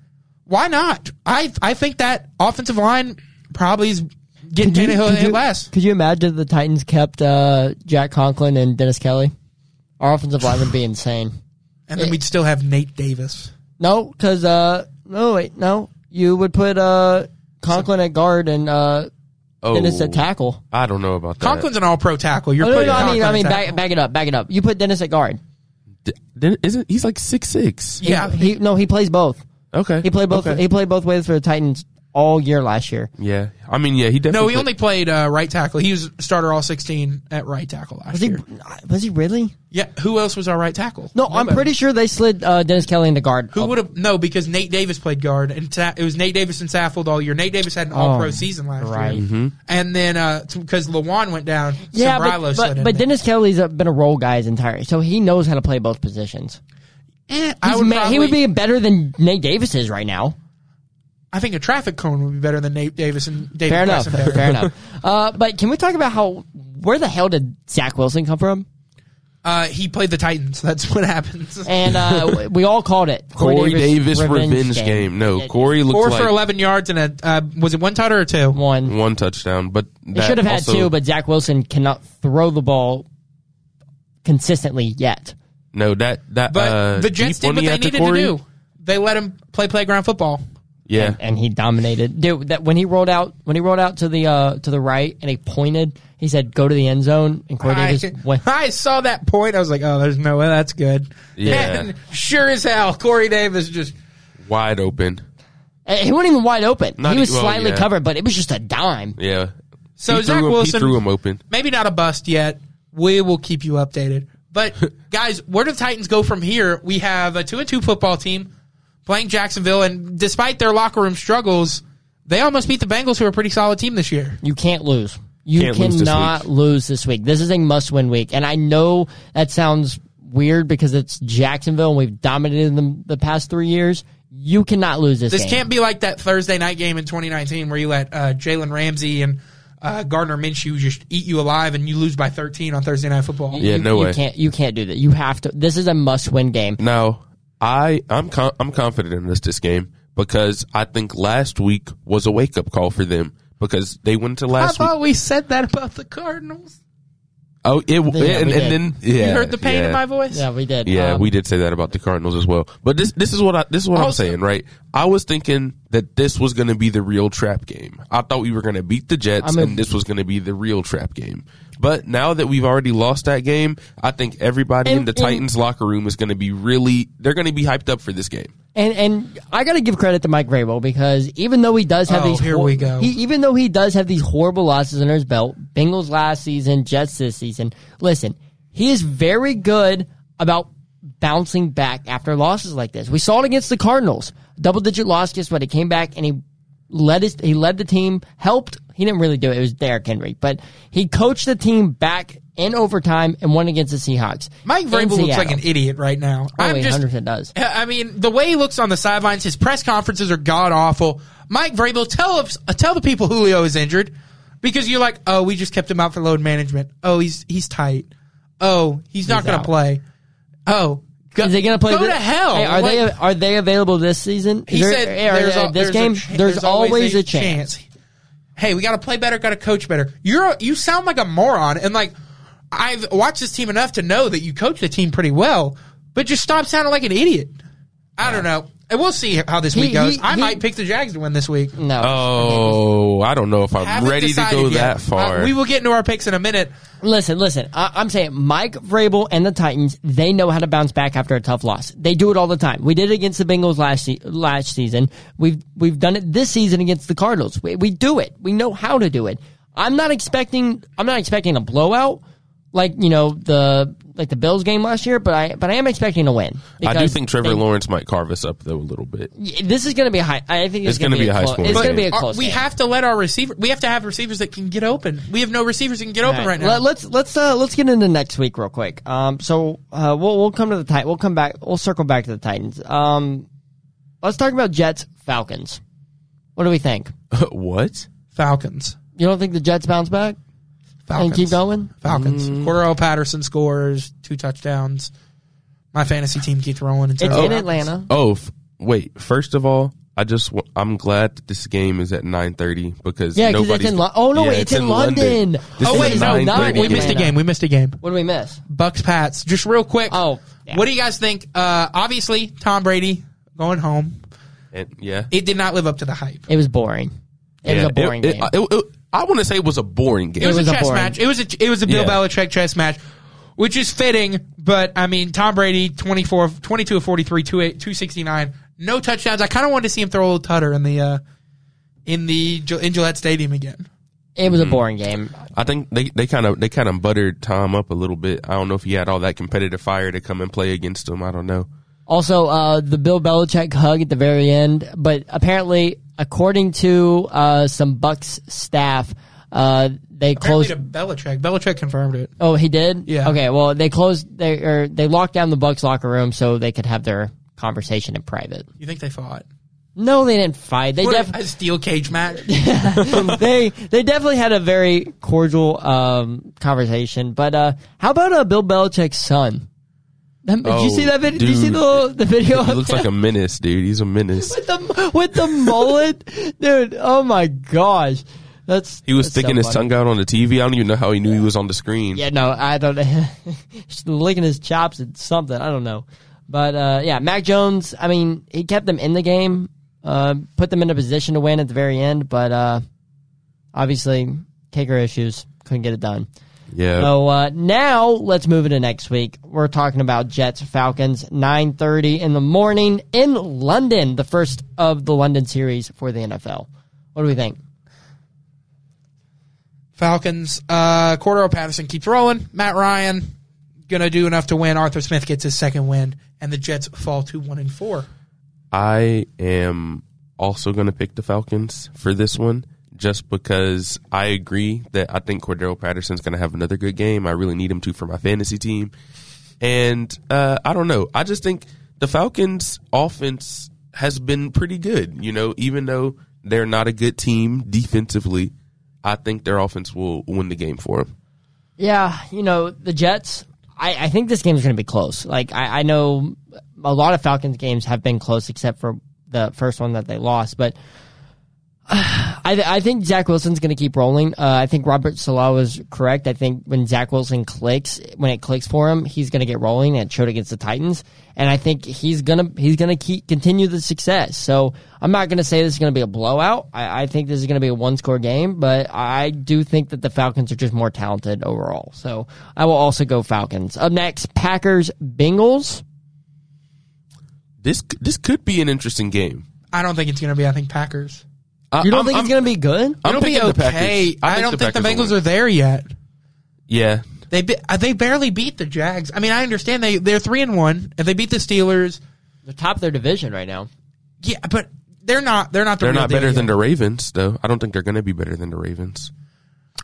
why not? I I think that offensive line probably is getting Could you- Tannehill could in you- last. Could you imagine if the Titans kept uh, Jack Conklin and Dennis Kelly? Our offensive line would be insane. and then we'd still have Nate Davis. No, because uh, no wait, no, you would put uh Conklin at guard and uh Oh, Dennis at tackle. I don't know about that. Conklin's an all pro tackle. You're Oh, no, putting no, I mean, I mean, Conklin at back, tackle. back it up, back it up. You put Dennis at guard. D- Den- isn't he's like six six? yeah. he no, he plays both. Okay, He played both. Okay. He played both ways for the Titans all year last year. yeah, I mean, yeah, he definitely. no, he played- only played uh, right tackle. He was starter all 16 at right tackle last Was he? year. Was he really? Yeah, who else was our right tackle? No, I'm Nobody. pretty sure they slid uh, Dennis Kelly into guard. Who would have no? Because Nate Davis played guard, and Ta- it was Nate Davis and Saffold all year. Nate Davis had an All Pro Oh, season last right. Mm-hmm. year, and then because Lawan went down, Yeah, Sombrilo but, slid but, in but there. Dennis Kelly's uh, been a role guy his entire, so he knows how to play both positions. Eh, I He's would ma- he would probably- be better than Nate Davis is right now. I think a traffic cone would be better than Nate Davis and David Fair enough. Quessenberry. Fair enough. Uh, but can we talk about how where the hell did Zach Wilson come from? <laughs> Uh, he played the Titans. <laughs> That's what happens. And <laughs> uh, we all called it Corey Davis, revenge, game. No, Yeah, Corey looks Four like for eleven yards and a uh, was it one tutter or two? one. one touchdown, but He that should have had also- two, but Zach Wilson cannot throw the ball consistently yet. no, that that But uh, the Jets deep did one what he they had to needed to Corey. do. They let him play playground football. Yeah, <laughs> and he dominated. Dude, that when he rolled out, when he rolled out to the uh, to the right, and he pointed, he said, "Go to the end zone." And Corey I, Davis <laughs> went. I saw that point. I was like, oh, there's no way that's good. Yeah. And sure as hell, Corey Davis just wide open. Eh, He wasn't even wide open. Not he was e- well, slightly yeah. covered, but it was just a dime. Yeah. So he Zach threw him, Wilson- he threw him open. maybe not a bust yet. We will keep you updated. <laughs> But guys, where do the Titans go from here? We have a two and two football team playing Jacksonville, and despite their locker room struggles, they almost beat the Bengals, who are a pretty solid team this year. You can't lose. You Can't lose this cannot lose this week. This is a must-win week, and I know that sounds weird because it's Jacksonville, and we've dominated them the past three years. You cannot lose this. This game. can't be like that Thursday night game in 2019 where you let uh, Jalen Ramsey and uh, Gardner Minshew just eat you alive, and you lose by 13 on Thursday night football. Yeah, you, no you way. Can't, you can't do that. You have to. This is a must-win game. Now, I I'm con- I'm confident in this this game because I think last week was a wake up call for them because they went to I last week. thought we said that about the Cardinals. Oh, it, and, we and did. then yeah, You heard the pain yeah. in my voice. Yeah, we did. Yeah, Um, we did Uh, say that about the Cardinals as well. But this this is what I this is what Also- I'm saying, right? I was thinking that this was going to be the real trap game. I thought we were going to beat the Jets, I'm a- and this was going to be the real trap game. But now that we've already lost that game, I think everybody in And- the and- Titans locker room is going to be really they're going to be hyped up for this game. And and I got to give credit to Mike Vrabel because even though he does have Oh, these, here we go. He, even though he does have these horrible losses under his belt, Bengals last season, Jets this season. Listen, he is very good about bouncing back after losses like this. We saw it against the Cardinals, double digit loss. Guess what? He came back and he led his he led the team, helped. He didn't really do it. It was Derrick Henry, but he coached the team back in overtime and won against the Seahawks. Mike in Vrabel looks like Seattle. an idiot right now. Oh, I'm he just 100% does. I mean, the way he looks on the sidelines, his press conferences are god awful. Mike Vrabel, tell us, tell the people Julio is injured, because you're like, oh, we just kept him out for load management. Oh, he's he's tight. Oh, he's not He's going to out. play. Oh, go, Is they going to play? Go thi- to hell. Hey, are Like, they are they available this season? Is He there- said, are- "There's, uh, al- this there's a game. cha- there's always a chance. Hey, we got to play better. Got to coach better. You're you sound like a moron, and like I've watched this team enough to know that you coach the team pretty well, but just stop sounding like an idiot. I don't know. And we'll see how this He- week goes. he- I he- Mm. might pick the Jags to win this week. No. Oh, I don't know if I'm Haven't ready to decided go yet. that far. Uh, we will get into our picks in a minute. Listen, listen. I, I'm saying Mike Vrabel and the Titans. They know how to bounce back after a tough loss. They do it all the time. We did it against the Bengals last se- last season. We've we've done it this season against the Cardinals. We, we do it. We know how to do it. I'm not expecting. I'm not expecting a blowout. Like you know the like the Bills game last year, but I but I am expecting a win. I do because think Trevor they- Lawrence might carve us up though a little bit. <laughs> This is going to be a high. I think it's, It's going to be, gonna be a high close. scoring It's going to game. be a Are- close. uh, we game. have to let our receiver. We have to have receivers that can get open. We have no receivers that can get open right, now. Let, let's let's uh, let's get into next week real quick. Um, so uh, we'll we'll come to the Titan. We'll come back. We'll circle back to the Titans. Um, let's talk about Jets Falcons. What do we think? what? Falcons. You don't think the Jets bounce back Falcons. and keep going? Falcons. Cordero Patterson scores two touchdowns. My fantasy team keeps rolling. It's over. in Atlanta. Oh, f- wait. First of all, I just w- I'm glad that this game is at 9:30 because Yeah, 'cause it's nobody's in Lo- oh, no, Yeah, wait, it's in London. This Oh is wait, a no, 9:30 not, we game. missed a game. We missed a game. What do we miss? Bucks Pats. Just real quick. Oh, What do you guys think? Uh, obviously, Tom Brady going home. And yeah, It did not live up to the hype. It was boring. It yeah. was a boring it, game. It, it- it- I want to say it was a boring game. It was, was a a chess boring- match. It was a it was a Bill Yeah. Belichick chess match, which is fitting. But I mean, Tom Brady 24, of- 22 of 43, 28 269, no touchdowns. I kind of wanted to see him throw a little tutter in the uh, in the Gil- in Gillette Stadium again. It Mm-hmm. was a boring game. I think they they kind of they kind of buttered Tom up a little bit. I don't know if he had all that competitive fire to come and play against him. I don't know. Also, uh, the Bill Belichick hug at the very end, but apparently, according to uh, some Bucks staff, uh, they Apparently closed. to Belichick. Belichick confirmed it. Oh, he did. Yeah. Okay. Well, they closed. They or they locked down the Bucks locker room so they could have their conversation in private. You think they fought? No, they didn't fight. They What, def- a <laughs> steel cage match. <laughs> they they definitely had a very cordial um, conversation. But uh, how about uh, Bill Belichick's son? That- did you Oh, see that video? Did you see dude. the little- the video? He of looks <laughs> like a menace, dude. He's a menace. with the with the mullet, dude. Oh my gosh, that's He was that's sticking so his funny. tongue out on the TV. I don't even know how he knew he was on the screen. Yeah, no, I don't. <laughs> just licking his chops at something. I don't know, but uh, yeah, Mac Jones. I mean, he kept them in the game, uh, put them in a position to win at the very end, but uh, obviously kicker issues couldn't get it done. yeah. So uh, now let's move into next week. We're talking about Jets Falcons, nine thirty in the morning in London, the first of the London series for the NFL. What do we think? Falcons. Uh, Cordero Patterson keeps rolling. Matt Ryan gonna do enough to win. Arthur Smith gets his second win, and the Jets fall to one and four. I am also going to pick the Falcons for this one just because I agree that I think Cordero Patterson's going to have another good game. I really need him to for my fantasy team. And uh, I don't know. I just think the Falcons' offense has been pretty good. You know, even though they're not a good team defensively, I think their offense will win the game for them. Yeah, you know, the Jets, I, I think this game's going to be close. Like, I, I know a lot of Falcons games have been close, except for the first one that they lost. But I, th- I think Zach Wilson's going to keep rolling. Uh, I think Robert Salah was correct. I think when Zach Wilson clicks, when it clicks for him, he's going to get rolling. And it showed against the Titans, and I think he's gonna he's gonna keep continue the success. So I'm not going to say this is going to be a blowout. I, I think this is going to be a one score game, but I do think that the Falcons are just more talented overall. So I will also go Falcons. Up next, Packers Bengals. This this could be an interesting game. I don't think it's gonna be. I think Packers. I, You don't I'm- think I'm- it's going to be good? I'm It'll be picking the Packers. okay. I, don't think the, Packers will Bengals win. are there yet. Yeah, They be, uh, they barely beat the Jags. I mean, I understand they they're three and one, and they beat the Steelers. They're top of their division right now. Yeah, but they're not they're not the They're real not better deal than yet. the Ravens, though. I don't think they're going to be better than the Ravens.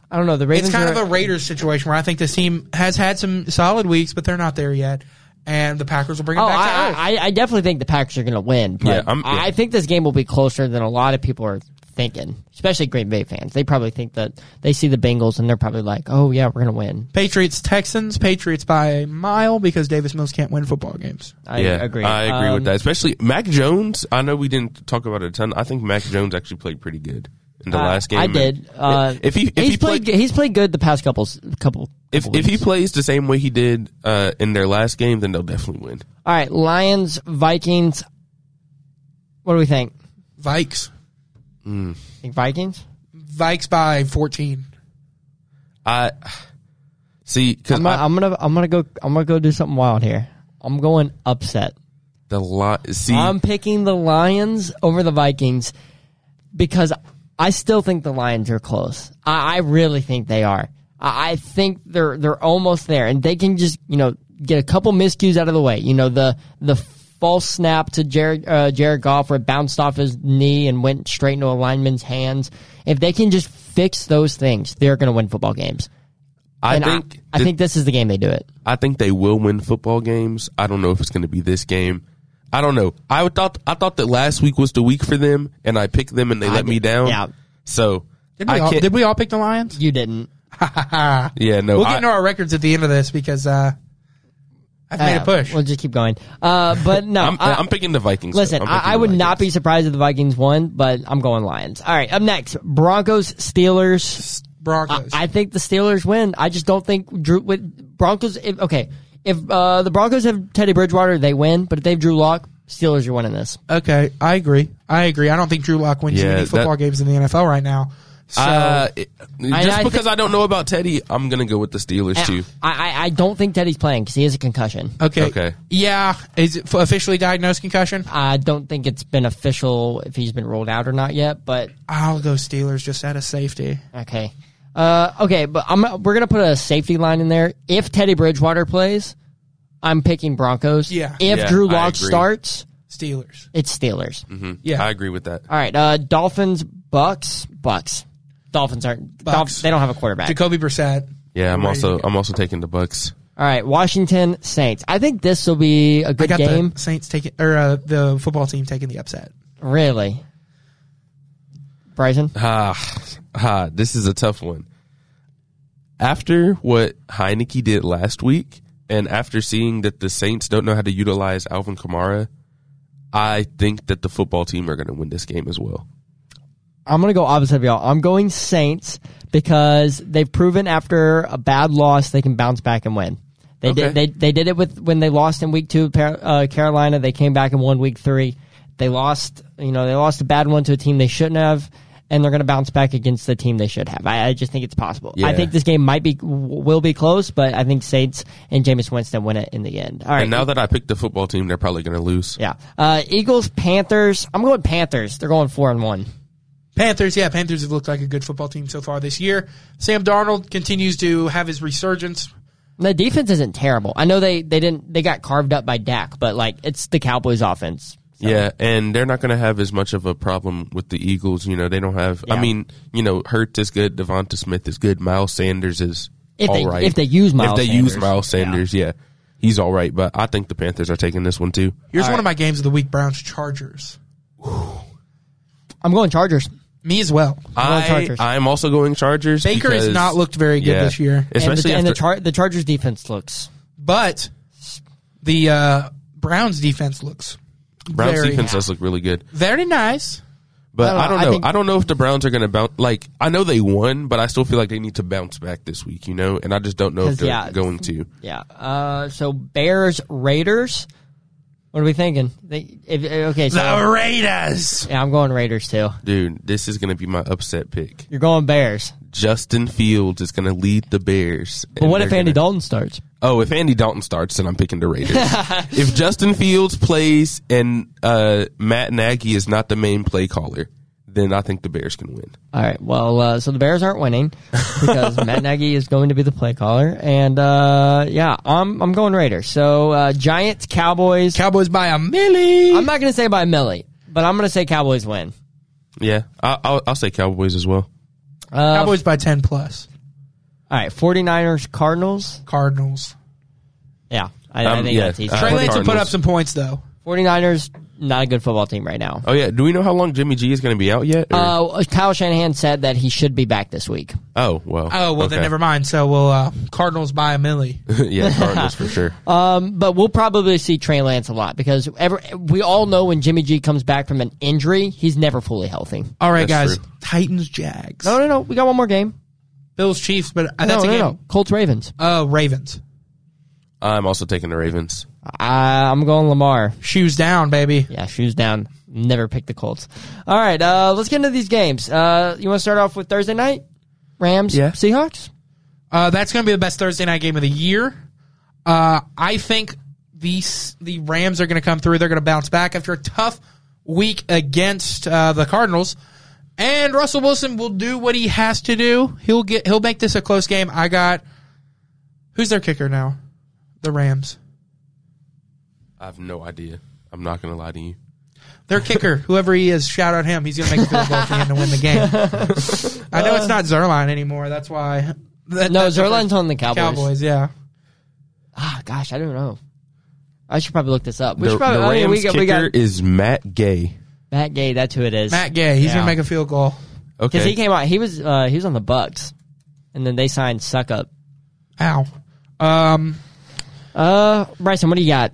I don't know. The It's Ravens kind are, of a Raiders situation where I think this team has had some solid weeks, but they're not there yet, and the Packers will bring them Oh, back to earth. I, I, I definitely think the Packers are going to win. But Yeah, I'm- yeah. I think this game will be closer than a lot of people are thinking, especially Green Bay fans. They probably think that they see the Bengals and they're probably like, "Oh yeah, we're going to win." Patriots Texans Patriots by a mile because Davis Mills can't win football games. I yeah, agree. I agree Um, with that. Especially Mac Jones. I know we didn't talk about it a ton. I think Mac Jones actually played pretty good in the uh, last game. I did. Uh, if he if he's he played, played, good- he's played good the past couple s- couple. if couple if he weeks. plays the same way he did uh, in their last game, then they'll definitely win. all right, Lions Vikings. What do we think? Vikes Think Vikings? Vikes by fourteen. I <sighs> see because I'm, gonna- I'm gonna I'm gonna go I'm gonna go do something wild here. I'm going upset. the lot. See, I'm picking the Lions over the Vikings because I still think the Lions are close. I, I really think they are. I, I think they're they're almost there, and they can just you know get a couple miscues out of the way. You know the the false snap to Jared uh, Jared Goff where it bounced off his knee and went straight into a lineman's hands. If they can just fix those things, they're going to win football games. I And I think I, that- think this is the game they do it. I think they will win football games. I don't know if it's going to be this game. I don't know. I thought I thought that last week was the week for them, and I picked them, and they let me did- down. yeah. So Did we, I all, can't. did we all pick the Lions? You didn't. yeah, no. We'll get I- into our records at the end of this because uh, I've made a Uh, push. We'll just keep going. Uh, <laughs> but no, I'm, I- I'm picking the Vikings. Listen, I'm picking I, I the would Vikings. not be surprised if the Vikings won, but I'm going Lions. All right, up next, Broncos Steelers. Broncos. I, I think the Steelers win. I just don't think Drew with Broncos. If, okay, If uh, the Broncos have Teddy Bridgewater, they win. But if they have Drew Lock, Steelers are winning this. Okay, I agree. I agree. I don't think Drew Lock wins Yeah, any that- football games in the NFL right now. So Uh, it- just I thi- because I don't know about Teddy, I'm gonna go with the Steelers And too. I, I, I don't think Teddy's playing because he has a concussion. okay, okay. yeah, is it f- officially diagnosed concussion? I don't think it's been official if he's been ruled out or not yet. But I'll go Steelers just out of safety. okay, uh, okay. But I'm we're gonna put a safety line in there. If Teddy Bridgewater plays, I'm picking Broncos. Yeah. If Yeah, Drew I Lock agree. Mm-hmm. starts, Steelers. it's Steelers. Yeah. I agree with that. All right. Uh, Dolphins, Bucks, Bucks. Dolphins aren't. Bucks. Dolph- they don't have a quarterback. Jacoby Brissett. Yeah, I'm Ready to also I'm also taking the Bucks. All right, Washington Saints. I think this will be a I good got game. the Saints taking or uh, the football team taking the upset. Really, Bryson. Ah, ah, this is a tough one. After what Heineke did last week, and after seeing that the Saints don't know how to utilize Alvin Kamara, I think that the football team are going to win this game as well. I'm gonna go opposite of y'all. I'm going Saints because they've proven after a bad loss they can bounce back and win. They did. They Okay. they did it with when they lost in week two, Par- uh, Carolina. They came back and won week three. They lost. You know, they lost a bad one to a team they shouldn't have, and they're gonna bounce back against the team they should have. I, I just think it's possible. I Yeah. think this game might be will be close, but I think Saints and Jameis Winston win it in the end. All right. And now that I picked the football team, they're probably going to lose. yeah, uh, Eagles, Panthers. I'm going Panthers. They're going four and one. Panthers, yeah, Panthers have looked like a good football team so far this year. Sam Darnold continues to have his resurgence. The defense isn't terrible. I know they they didn't they got carved up by Dak, but like it's the Cowboys offense. Yeah, and they're not going to have as much of a problem with the Eagles. You know, they don't have. Yeah. I mean, you know, Hurts is good. Devonta Smith is good. Miles Sanders is If they- all right. if they use Miles if they Sanders. use Miles Sanders, yeah. he's all right. But I think the Panthers are taking this one too. Here's one of my games of the week: Browns Chargers. I'm going Chargers. Me as well. I'm going I Chargers. I'm also going Chargers. Baker has because- not looked very good yeah, this year. especially and the, and after. the, char- the Chargers defense looks. But the uh, Browns defense looks Browns very, defense does look really good, very nice. but I don't know. I don't think- know, if the Browns are going to bounce. Like I know they won, but I still feel like they need to bounce back this week. You know, and I just don't know 'Cause, if they're yeah, going to. Yeah. Uh, so Bears Raiders. What are we thinking? They, if, okay, so The Raiders. yeah, I'm going Raiders too. Dude, this is going to be my upset pick. You're going Bears. Justin Fields is going to lead the Bears. But what if Andy Dalton starts? Oh, if Andy Dalton starts, then I'm picking <laughs> the Raiders. if Justin Fields plays and uh, Matt Nagy is not the main play caller, then I think the Bears can win. All right. Well, uh, so the Bears aren't winning because <laughs> Matt Nagy is going to be the play caller, and uh, yeah, I'm I'm going Raiders. So uh, Giants Cowboys. Cowboys by a milli. I'm not going to say by Millie, but I'm going to say Cowboys win. Yeah, I, I'll, I'll say Cowboys as well. Uh, Cowboys by ten plus. All right, 49ers, Cardinals. Cardinals. Yeah, I, I Um, think yeah, that's easy. uh, Trey Lance will put up Cardinals. some points though. 49ers, not a good football team right now. Oh yeah, do we know how long Jimmy G is going to be out yet? or- Uh, Kyle Shanahan said that he should be back this week. oh well. Oh well, then okay. <laughs> never mind. So we'll uh, Cardinals by a milli. yeah, <laughs> Cardinals for sure. But we'll probably see Trey Lance a lot because ever, we all know when Jimmy G comes back from an injury, he's never fully healthy. All right, guys. That's true. Titans Jags. No, no, no. We got one more game. Bills Chiefs, but uh, No, that's no, a game. no. Colts, Ravens. Uh, Ravens. I'm also taking the Ravens. I I'm going Lamar. Shoes down, baby. Yeah, shoes down. Never pick the Colts. All right, uh, let's get into these games. Uh, you want to start off with Thursday night? Rams, Yeah. Seahawks? Uh, that's going to be the best Thursday night game of the year. Uh, I think these the Rams are going to come through. They're going to bounce back after a tough week against uh, the Cardinals, and Russell Wilson will do what he has to do. He'll get he'll make this a close game. I got who's their kicker now? The Rams. I have no idea. I'm not going to lie to you. Their kicker, whoever he is, shout out him. He's going to make a field goal for him to win the game. I know it's not Zerline anymore. That's why. That, No, that's the Zerline's first- on the Cowboys. Cowboys, yeah. Ah, gosh, I don't know. I should probably look this up. We the, should probably, the I Rams mean, we got, kicker we got is Matt Gay. Matt Gay. That's who it is. Matt Gay, he's Yeah. going to make a field goal. Okay, Because he came out, he was uh, he was on the Bucks, and then they signed Suck Up. Ow. Um, Uh, Bryson, what do you got?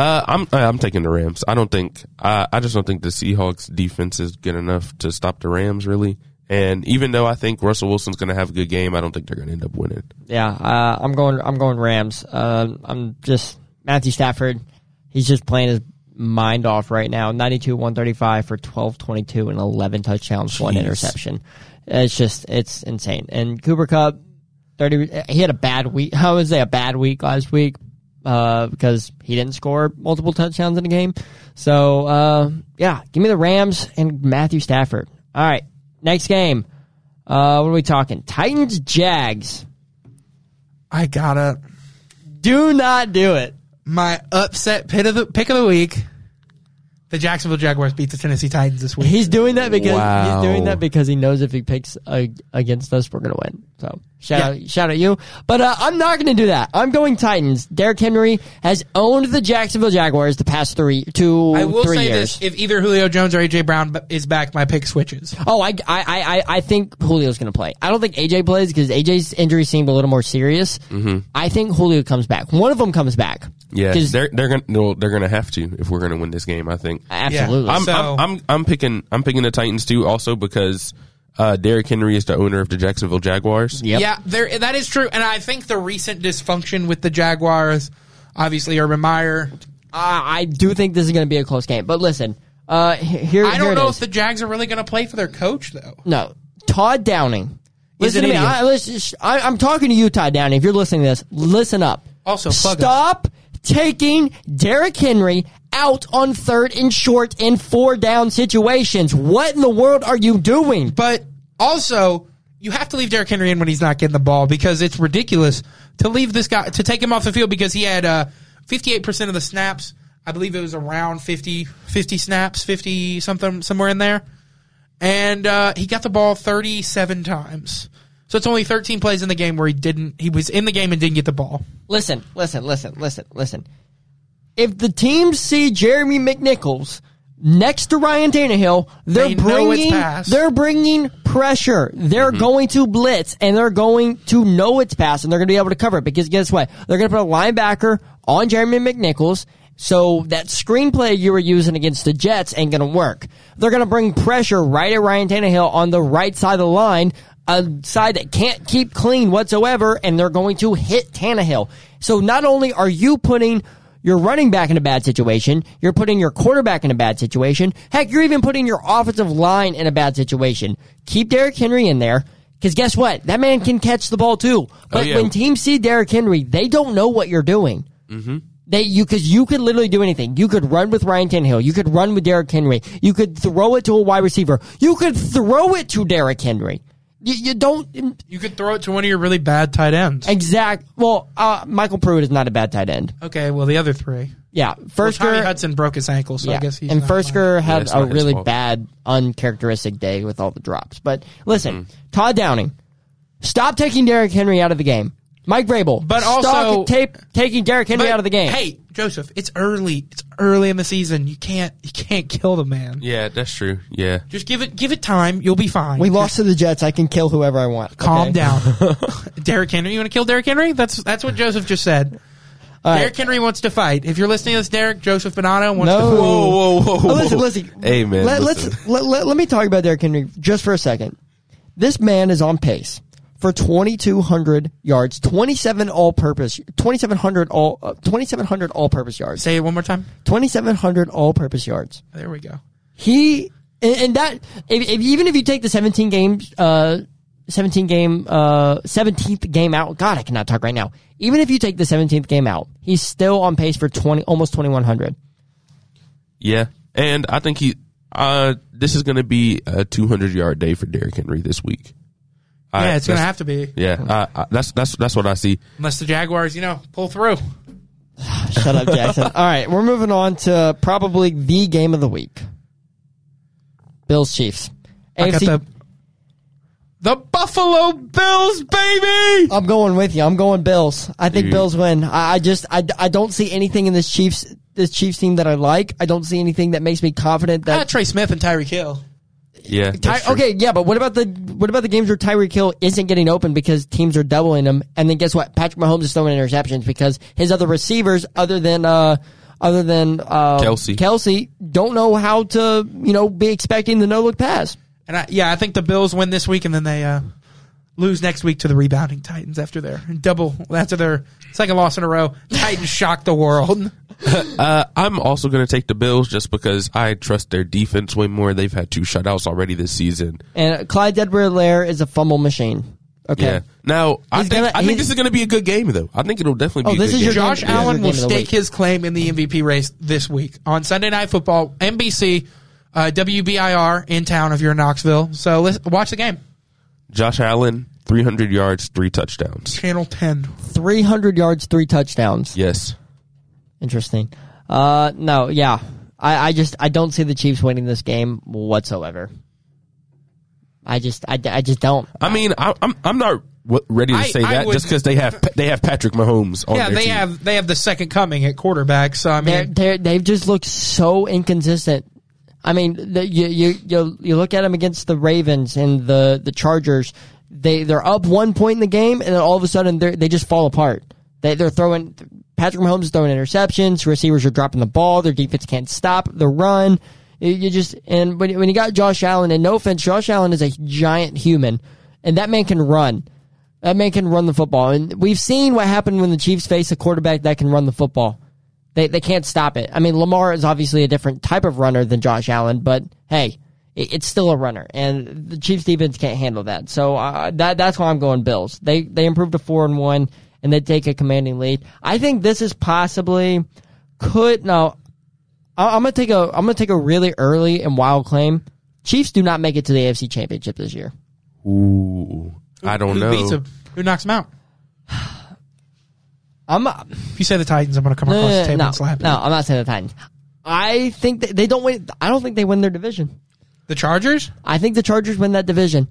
Uh, I'm uh, I'm taking the Rams. I don't think I I just don't think the Seahawks defense is good enough to stop the Rams really. And even though I think Russell Wilson's going to have a good game, I don't think they're going to end up winning. Yeah, uh, I'm going. I'm going Rams. Uh, I'm just Matthew Stafford. He's just playing his mind off right now. 92, 135 for 12, 22, and 11 touchdowns, one Jeez. interception. It's just it's insane. And Cooper Cup, 30. He had a bad week. <laughs> How is that a bad week last week? Uh, because he didn't score multiple touchdowns in a game. So uh, yeah, give me the Rams and Matthew Stafford. All right, next game. Uh, what are we talking? Titans Jags. I gotta Do not do it. my upset pit of the pick of the week. The Jacksonville Jaguars beat the Tennessee Titans this week. He's doing that because he's Wow. doing that because he knows if he picks uh, against us, we're gonna win. So shout out, shout out you. But uh, I'm not gonna do that. I'm going Titans. Derrick Henry has owned the Jacksonville Jaguars the past three two I will three say years. this: if either Julio Jones or AJ Brown b- is back, my pick switches. Oh, I, I, I, I- I think Julio's going to play. I don't think AJ plays because AJ's injury seemed a little more serious. Mm-hmm. I think Julio comes back. One of them comes back. Yeah, 'Cause- they're they're going to they're going to have to if we're going to win this game. I think. absolutely. I'm, So- I'm I'm I'm picking I'm picking the Titans too, also because uh, Derrick Henry is the owner of the Jacksonville Jaguars. Yep. Yeah, there that is true, and I think the recent dysfunction with the Jaguars, obviously Urban Meyer. I, I do think this is going to be a close game. But listen, uh, he- here, I here don't it know is. if the Jags are really going to play for their coach though. No, Todd Downing. Listen to an me. idiot. I, listen, sh- I, I'm talking to you, Todd Downing. If you're listening to this, listen up. Also, fuck stop taking Derrick Henry out on third and short and four down situations. What in the world are you doing? But also, you have to leave Derrick Henry in when he's not getting the ball because it's ridiculous to leave this guy to take him off the field because he had uh, 58% of the snaps. I believe it was around 50, 50 snaps, 50 something somewhere in there. And uh, he got the ball 37 times. So it's only 13 plays in the game where he didn't he was in the game and didn't get the ball. Listen, listen, listen, listen, listen. If the teams see Jeremy McNichols next to Ryan Tannehill, they're They know it's Mm-hmm. bringing pass. they're bringing pressure. They're going to blitz and they're going to know it's pass and they're going to be able to cover it because guess what? They're going to put a linebacker on Jeremy McNichols. So that screenplay you were using against the Jets ain't going to work. They're going to bring pressure right at Ryan Tannehill on the right side of the line a side that can't keep clean whatsoever, and they're going to hit Tannehill. So not only are you putting your running back in a bad situation, you're putting your quarterback in a bad situation. Heck, you're even putting your offensive line in a bad situation. Keep Derrick Henry in there. Because guess what? That man can catch the ball Oh, too. But yeah. when teams see Derrick Henry, they don't know what you're doing. Mm-hmm. They you because you could literally do anything. You could run with Ryan Tannehill. You could run with Derrick Henry. You could throw it to a wide receiver. You could throw it to Derrick Henry. You, you don't You could throw it to one of your really bad tight ends. exact. Well, uh, Michael Pruitt is not a bad tight end. Okay, well the other three. Yeah, Well, Fursker. Tommy Hudson broke his ankle, so I yeah, guess he's and not mine. Fursker Yeah, had it's a not his really fault. bad, uncharacteristic day with all the drops. But listen, Mm-hmm. Todd Downing, stop taking Derrick Henry out of the game. Mike Vrabel, But stop also- tape, taking Derrick Henry But, out of the game. Hey, Joseph, it's early. It's early in the season. You can't you can't kill the man. Yeah, that's true. Yeah, Just give it give it time. You'll be fine. we Just lost to the Jets. I can kill whoever I <laughs> want. Calm okay? <laughs> down. Derrick Henry, you want to kill Derrick Henry? That's that's what Joseph just said. right. Derrick Henry wants to fight. If you're listening to this, Derrick, Joseph Bonanno wants No. to fight. Whoa, whoa, whoa, whoa. Oh, listen, listen. Hey, man, Let, listen. Let's let, let, let me talk about Derrick Henry just for a second. This man is on pace for 2,200 yards, 27 all-purpose, 2,700 all, uh, 2,700 all-purpose yards, Say it one more time. 2,700 all-purpose yards. There we go. He and, and that if, if even if you take the 17 games, uh, 17 game, uh, 17th game out. God, I cannot talk right now. Even if you take the 17th game out, he's still on pace for 20, almost 2,100. yeah, and I think he. Uh, this is going to be a 200 yard day for Derrick Henry this week. I- yeah, it's gonna have that's- to be Yeah, I, I, that's that's that's what I see. unless the Jaguars, you know, pull through. <laughs> Shut up, Jackson. All right, we're moving on to probably the game of the week. Bills Chiefs. I got AFC the the Buffalo Bills, baby. I'm going with you. I'm going Bills. I think Bills win. I, I just I, I don't see anything in this Chiefs this Chiefs team that I like. I don't see anything that makes me confident Ah, that. Trey Smith and Tyreek Hill. Yeah, Ty, that's true. okay, yeah, but what about the what about the games where Tyreek Hill isn't getting open because teams are doubling him? And then guess what? Patrick Mahomes is throwing interceptions because his other receivers, other than uh, other than uh, Kelsey. Kelsey, don't know how to you know be expecting the no look pass. And I, yeah, I think the Bills win this week, and then they uh, lose next week to the rebounding Titans after their double after their second loss in a row. Titans shock the world. Uh, I'm also going to take the Bills just because I trust their defense way more. They've had two shutouts already this season. And Clyde Edward-Helaire is a fumble machine. Okay. Yeah. Now I He's think gonna- I think he's- this is going to be a good game though. I think it'll definitely Oh, be. a this good is your game. Josh Yeah, yeah. Allen Game will of the stake week. his claim in the MVP race this week on Sunday Night Football. NBC, uh, WBIR in town if you're in Knoxville. So let's watch the game. Josh Allen, 300 yards, three touchdowns. Channel 10. 300 yards, three touchdowns. Yes. Interesting. Uh, no, yeah. I, I just I don't see the Chiefs winning this game whatsoever. I just I, I just don't. I mean, I, I'm I'm not w- ready to I- say I that would- just because they have they have Patrick Mahomes on Yeah, their they team. have they have the second coming at quarterback. So I They're, mean, they're, they've just looked so inconsistent. I mean, the, you, you you you look at them against the Ravens and the the Chargers. They they're up one point in the game, and then all of a sudden they they just fall apart. They they're throwing Patrick Mahomes is throwing interceptions. Receivers are dropping the ball. Their defense can't stop the run. You, you just and when when you got Josh Allen, and no offense, Josh Allen is a giant human, and that man can run. That man can run the football, and we've seen what happened when the Chiefs face a quarterback that can run the football. They they can't stop it. I mean, Lamar is obviously a different type of runner than Josh Allen, but hey, it, it's still a runner, and the Chiefs defense can't handle that. So uh, that that's why I'm going Bills. They they improve to four and one, and they take a commanding lead. I think this is possibly could no. I, I'm gonna take a I'm gonna take a really early and wild claim. Chiefs do not make it to the AFC Championship this year. Ooh, I don't who know. beats him? Who knocks him out? I'm uh, If you say the Titans, I'm going to come across the table no, and slap no, you. I'm not saying the Titans. I think they, they don't win. I don't think they win their division. The Chargers? I think the Chargers win that division.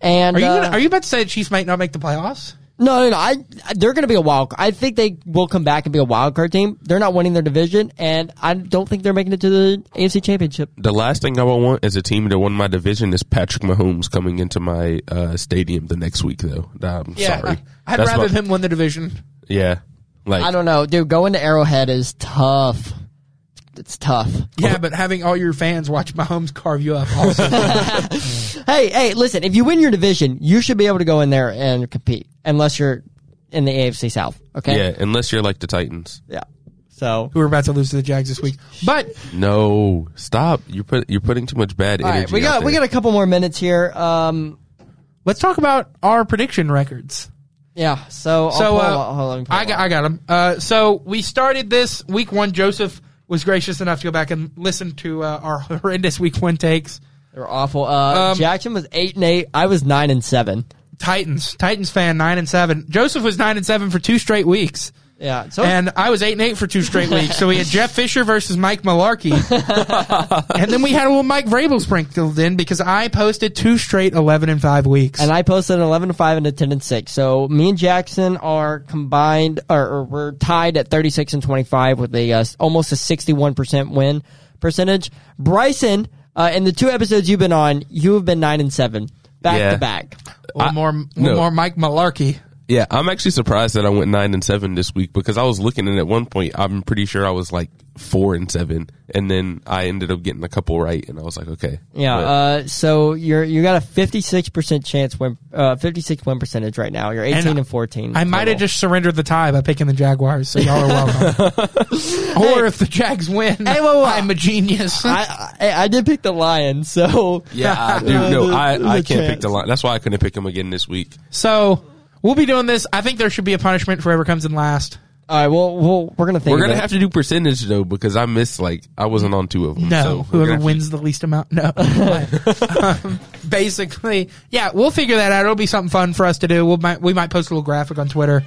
And Are you uh, gonna, are you about to say the Chiefs might not make the playoffs? no, no, no. I they're going to be a wild. I think they will come back and be a wild card team. They're not winning their division, and I don't think they're making it to the AFC Championship. the last thing I would want as a team that won my division is Patrick Mahomes coming into my uh, stadium the next week, though. I'm sorry. <laughs> I'd That's rather my- Oh. them win the division. Yeah. Like I don't know, dude. Going to Arrowhead is tough. It's tough. Yeah, but having all your fans watch Mahomes carve you up. Also. Hey, hey, listen. If you win your division, you should be able to go in there and compete, unless you're in the AFC South. Okay. Yeah, unless you're like the Titans. Yeah. So. Who are about to lose to the Jags this week? But No, stop. You put you're putting too much bad All energy. right, we out got we there. got a couple more minutes here. Um, let's talk about our prediction records. yeah. So I'll So pull uh, them up. Oh, Hold on, let me pull I them got up. I got them. Uh, so we started this week one. Joseph was gracious enough to go back and listen to uh, our <laughs> horrendous week one takes. They're awful. Uh, Um, Jackson was eight and eight. I was nine and seven. Titans Titans fan nine and seven. Joseph was nine and seven for two straight weeks. Yeah. So And I was eight and eight for two <laughs> straight weeks. So we had Jeff Fisher versus Mike Malarkey, and then we had a little Mike Vrabel sprinkled in because I posted two straight eleven and five weeks. and I posted an eleven to five and a ten and six. So me and Jackson are combined, or, or we're tied at thirty six and twenty five with a uh, almost a sixty one percent win percentage. Bryson, uh, in the two episodes you've been on, you have been nine and seven back Yeah. to back. one more, one no. more Mike Malarkey. Yeah, I'm actually surprised that I went nine and seven this week because I was looking and at one point I'm pretty sure I was like four and seven, and then I ended up getting a couple right, and I was like, okay, Yeah. But- Uh, so you're you got a 56 percent chance win, uh, 56 win percentage right now. You're 18 and, 14. I might have total. just surrendered the tie by picking the Jaguars, so y'all are <laughs> welcome. or if the Jags win, Hey, whoa, whoa. I'm a genius. I, I I did pick the Lions, <laughs> so <laughs> yeah, dude, Uh, <laughs> no, there's- I, there's I a can't pick chance. the line. That's why I couldn't pick him again this week. so we'll be doing this. I think there should be a punishment for whoever comes in last. All right, well, well, we're gonna think. We're gonna about it. have to do percentage though because I missed like I wasn't on two of them. No, so we're gonna whoever have to- wins the least amount. <laughs> No. Um, basically, yeah, we'll figure that out. It'll be something fun for us to do. We'll might, we might post a little graphic on Twitter.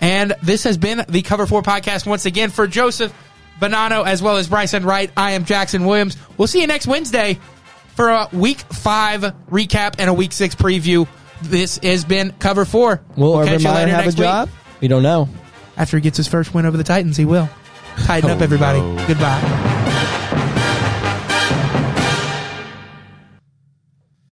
And this has been the Cover Four podcast once again for Joseph Bonanno as well as Bryson Wright. I am Jackson Williams. We'll see you next Wednesday for a Week Five recap and a Week Six preview. This has been Cover Four. Will We'll Urban catch you Meyer later have a next week. job? We don't know. After he gets his first win over the Titans, he will. Tighten up, Oh, everybody. no. Goodbye.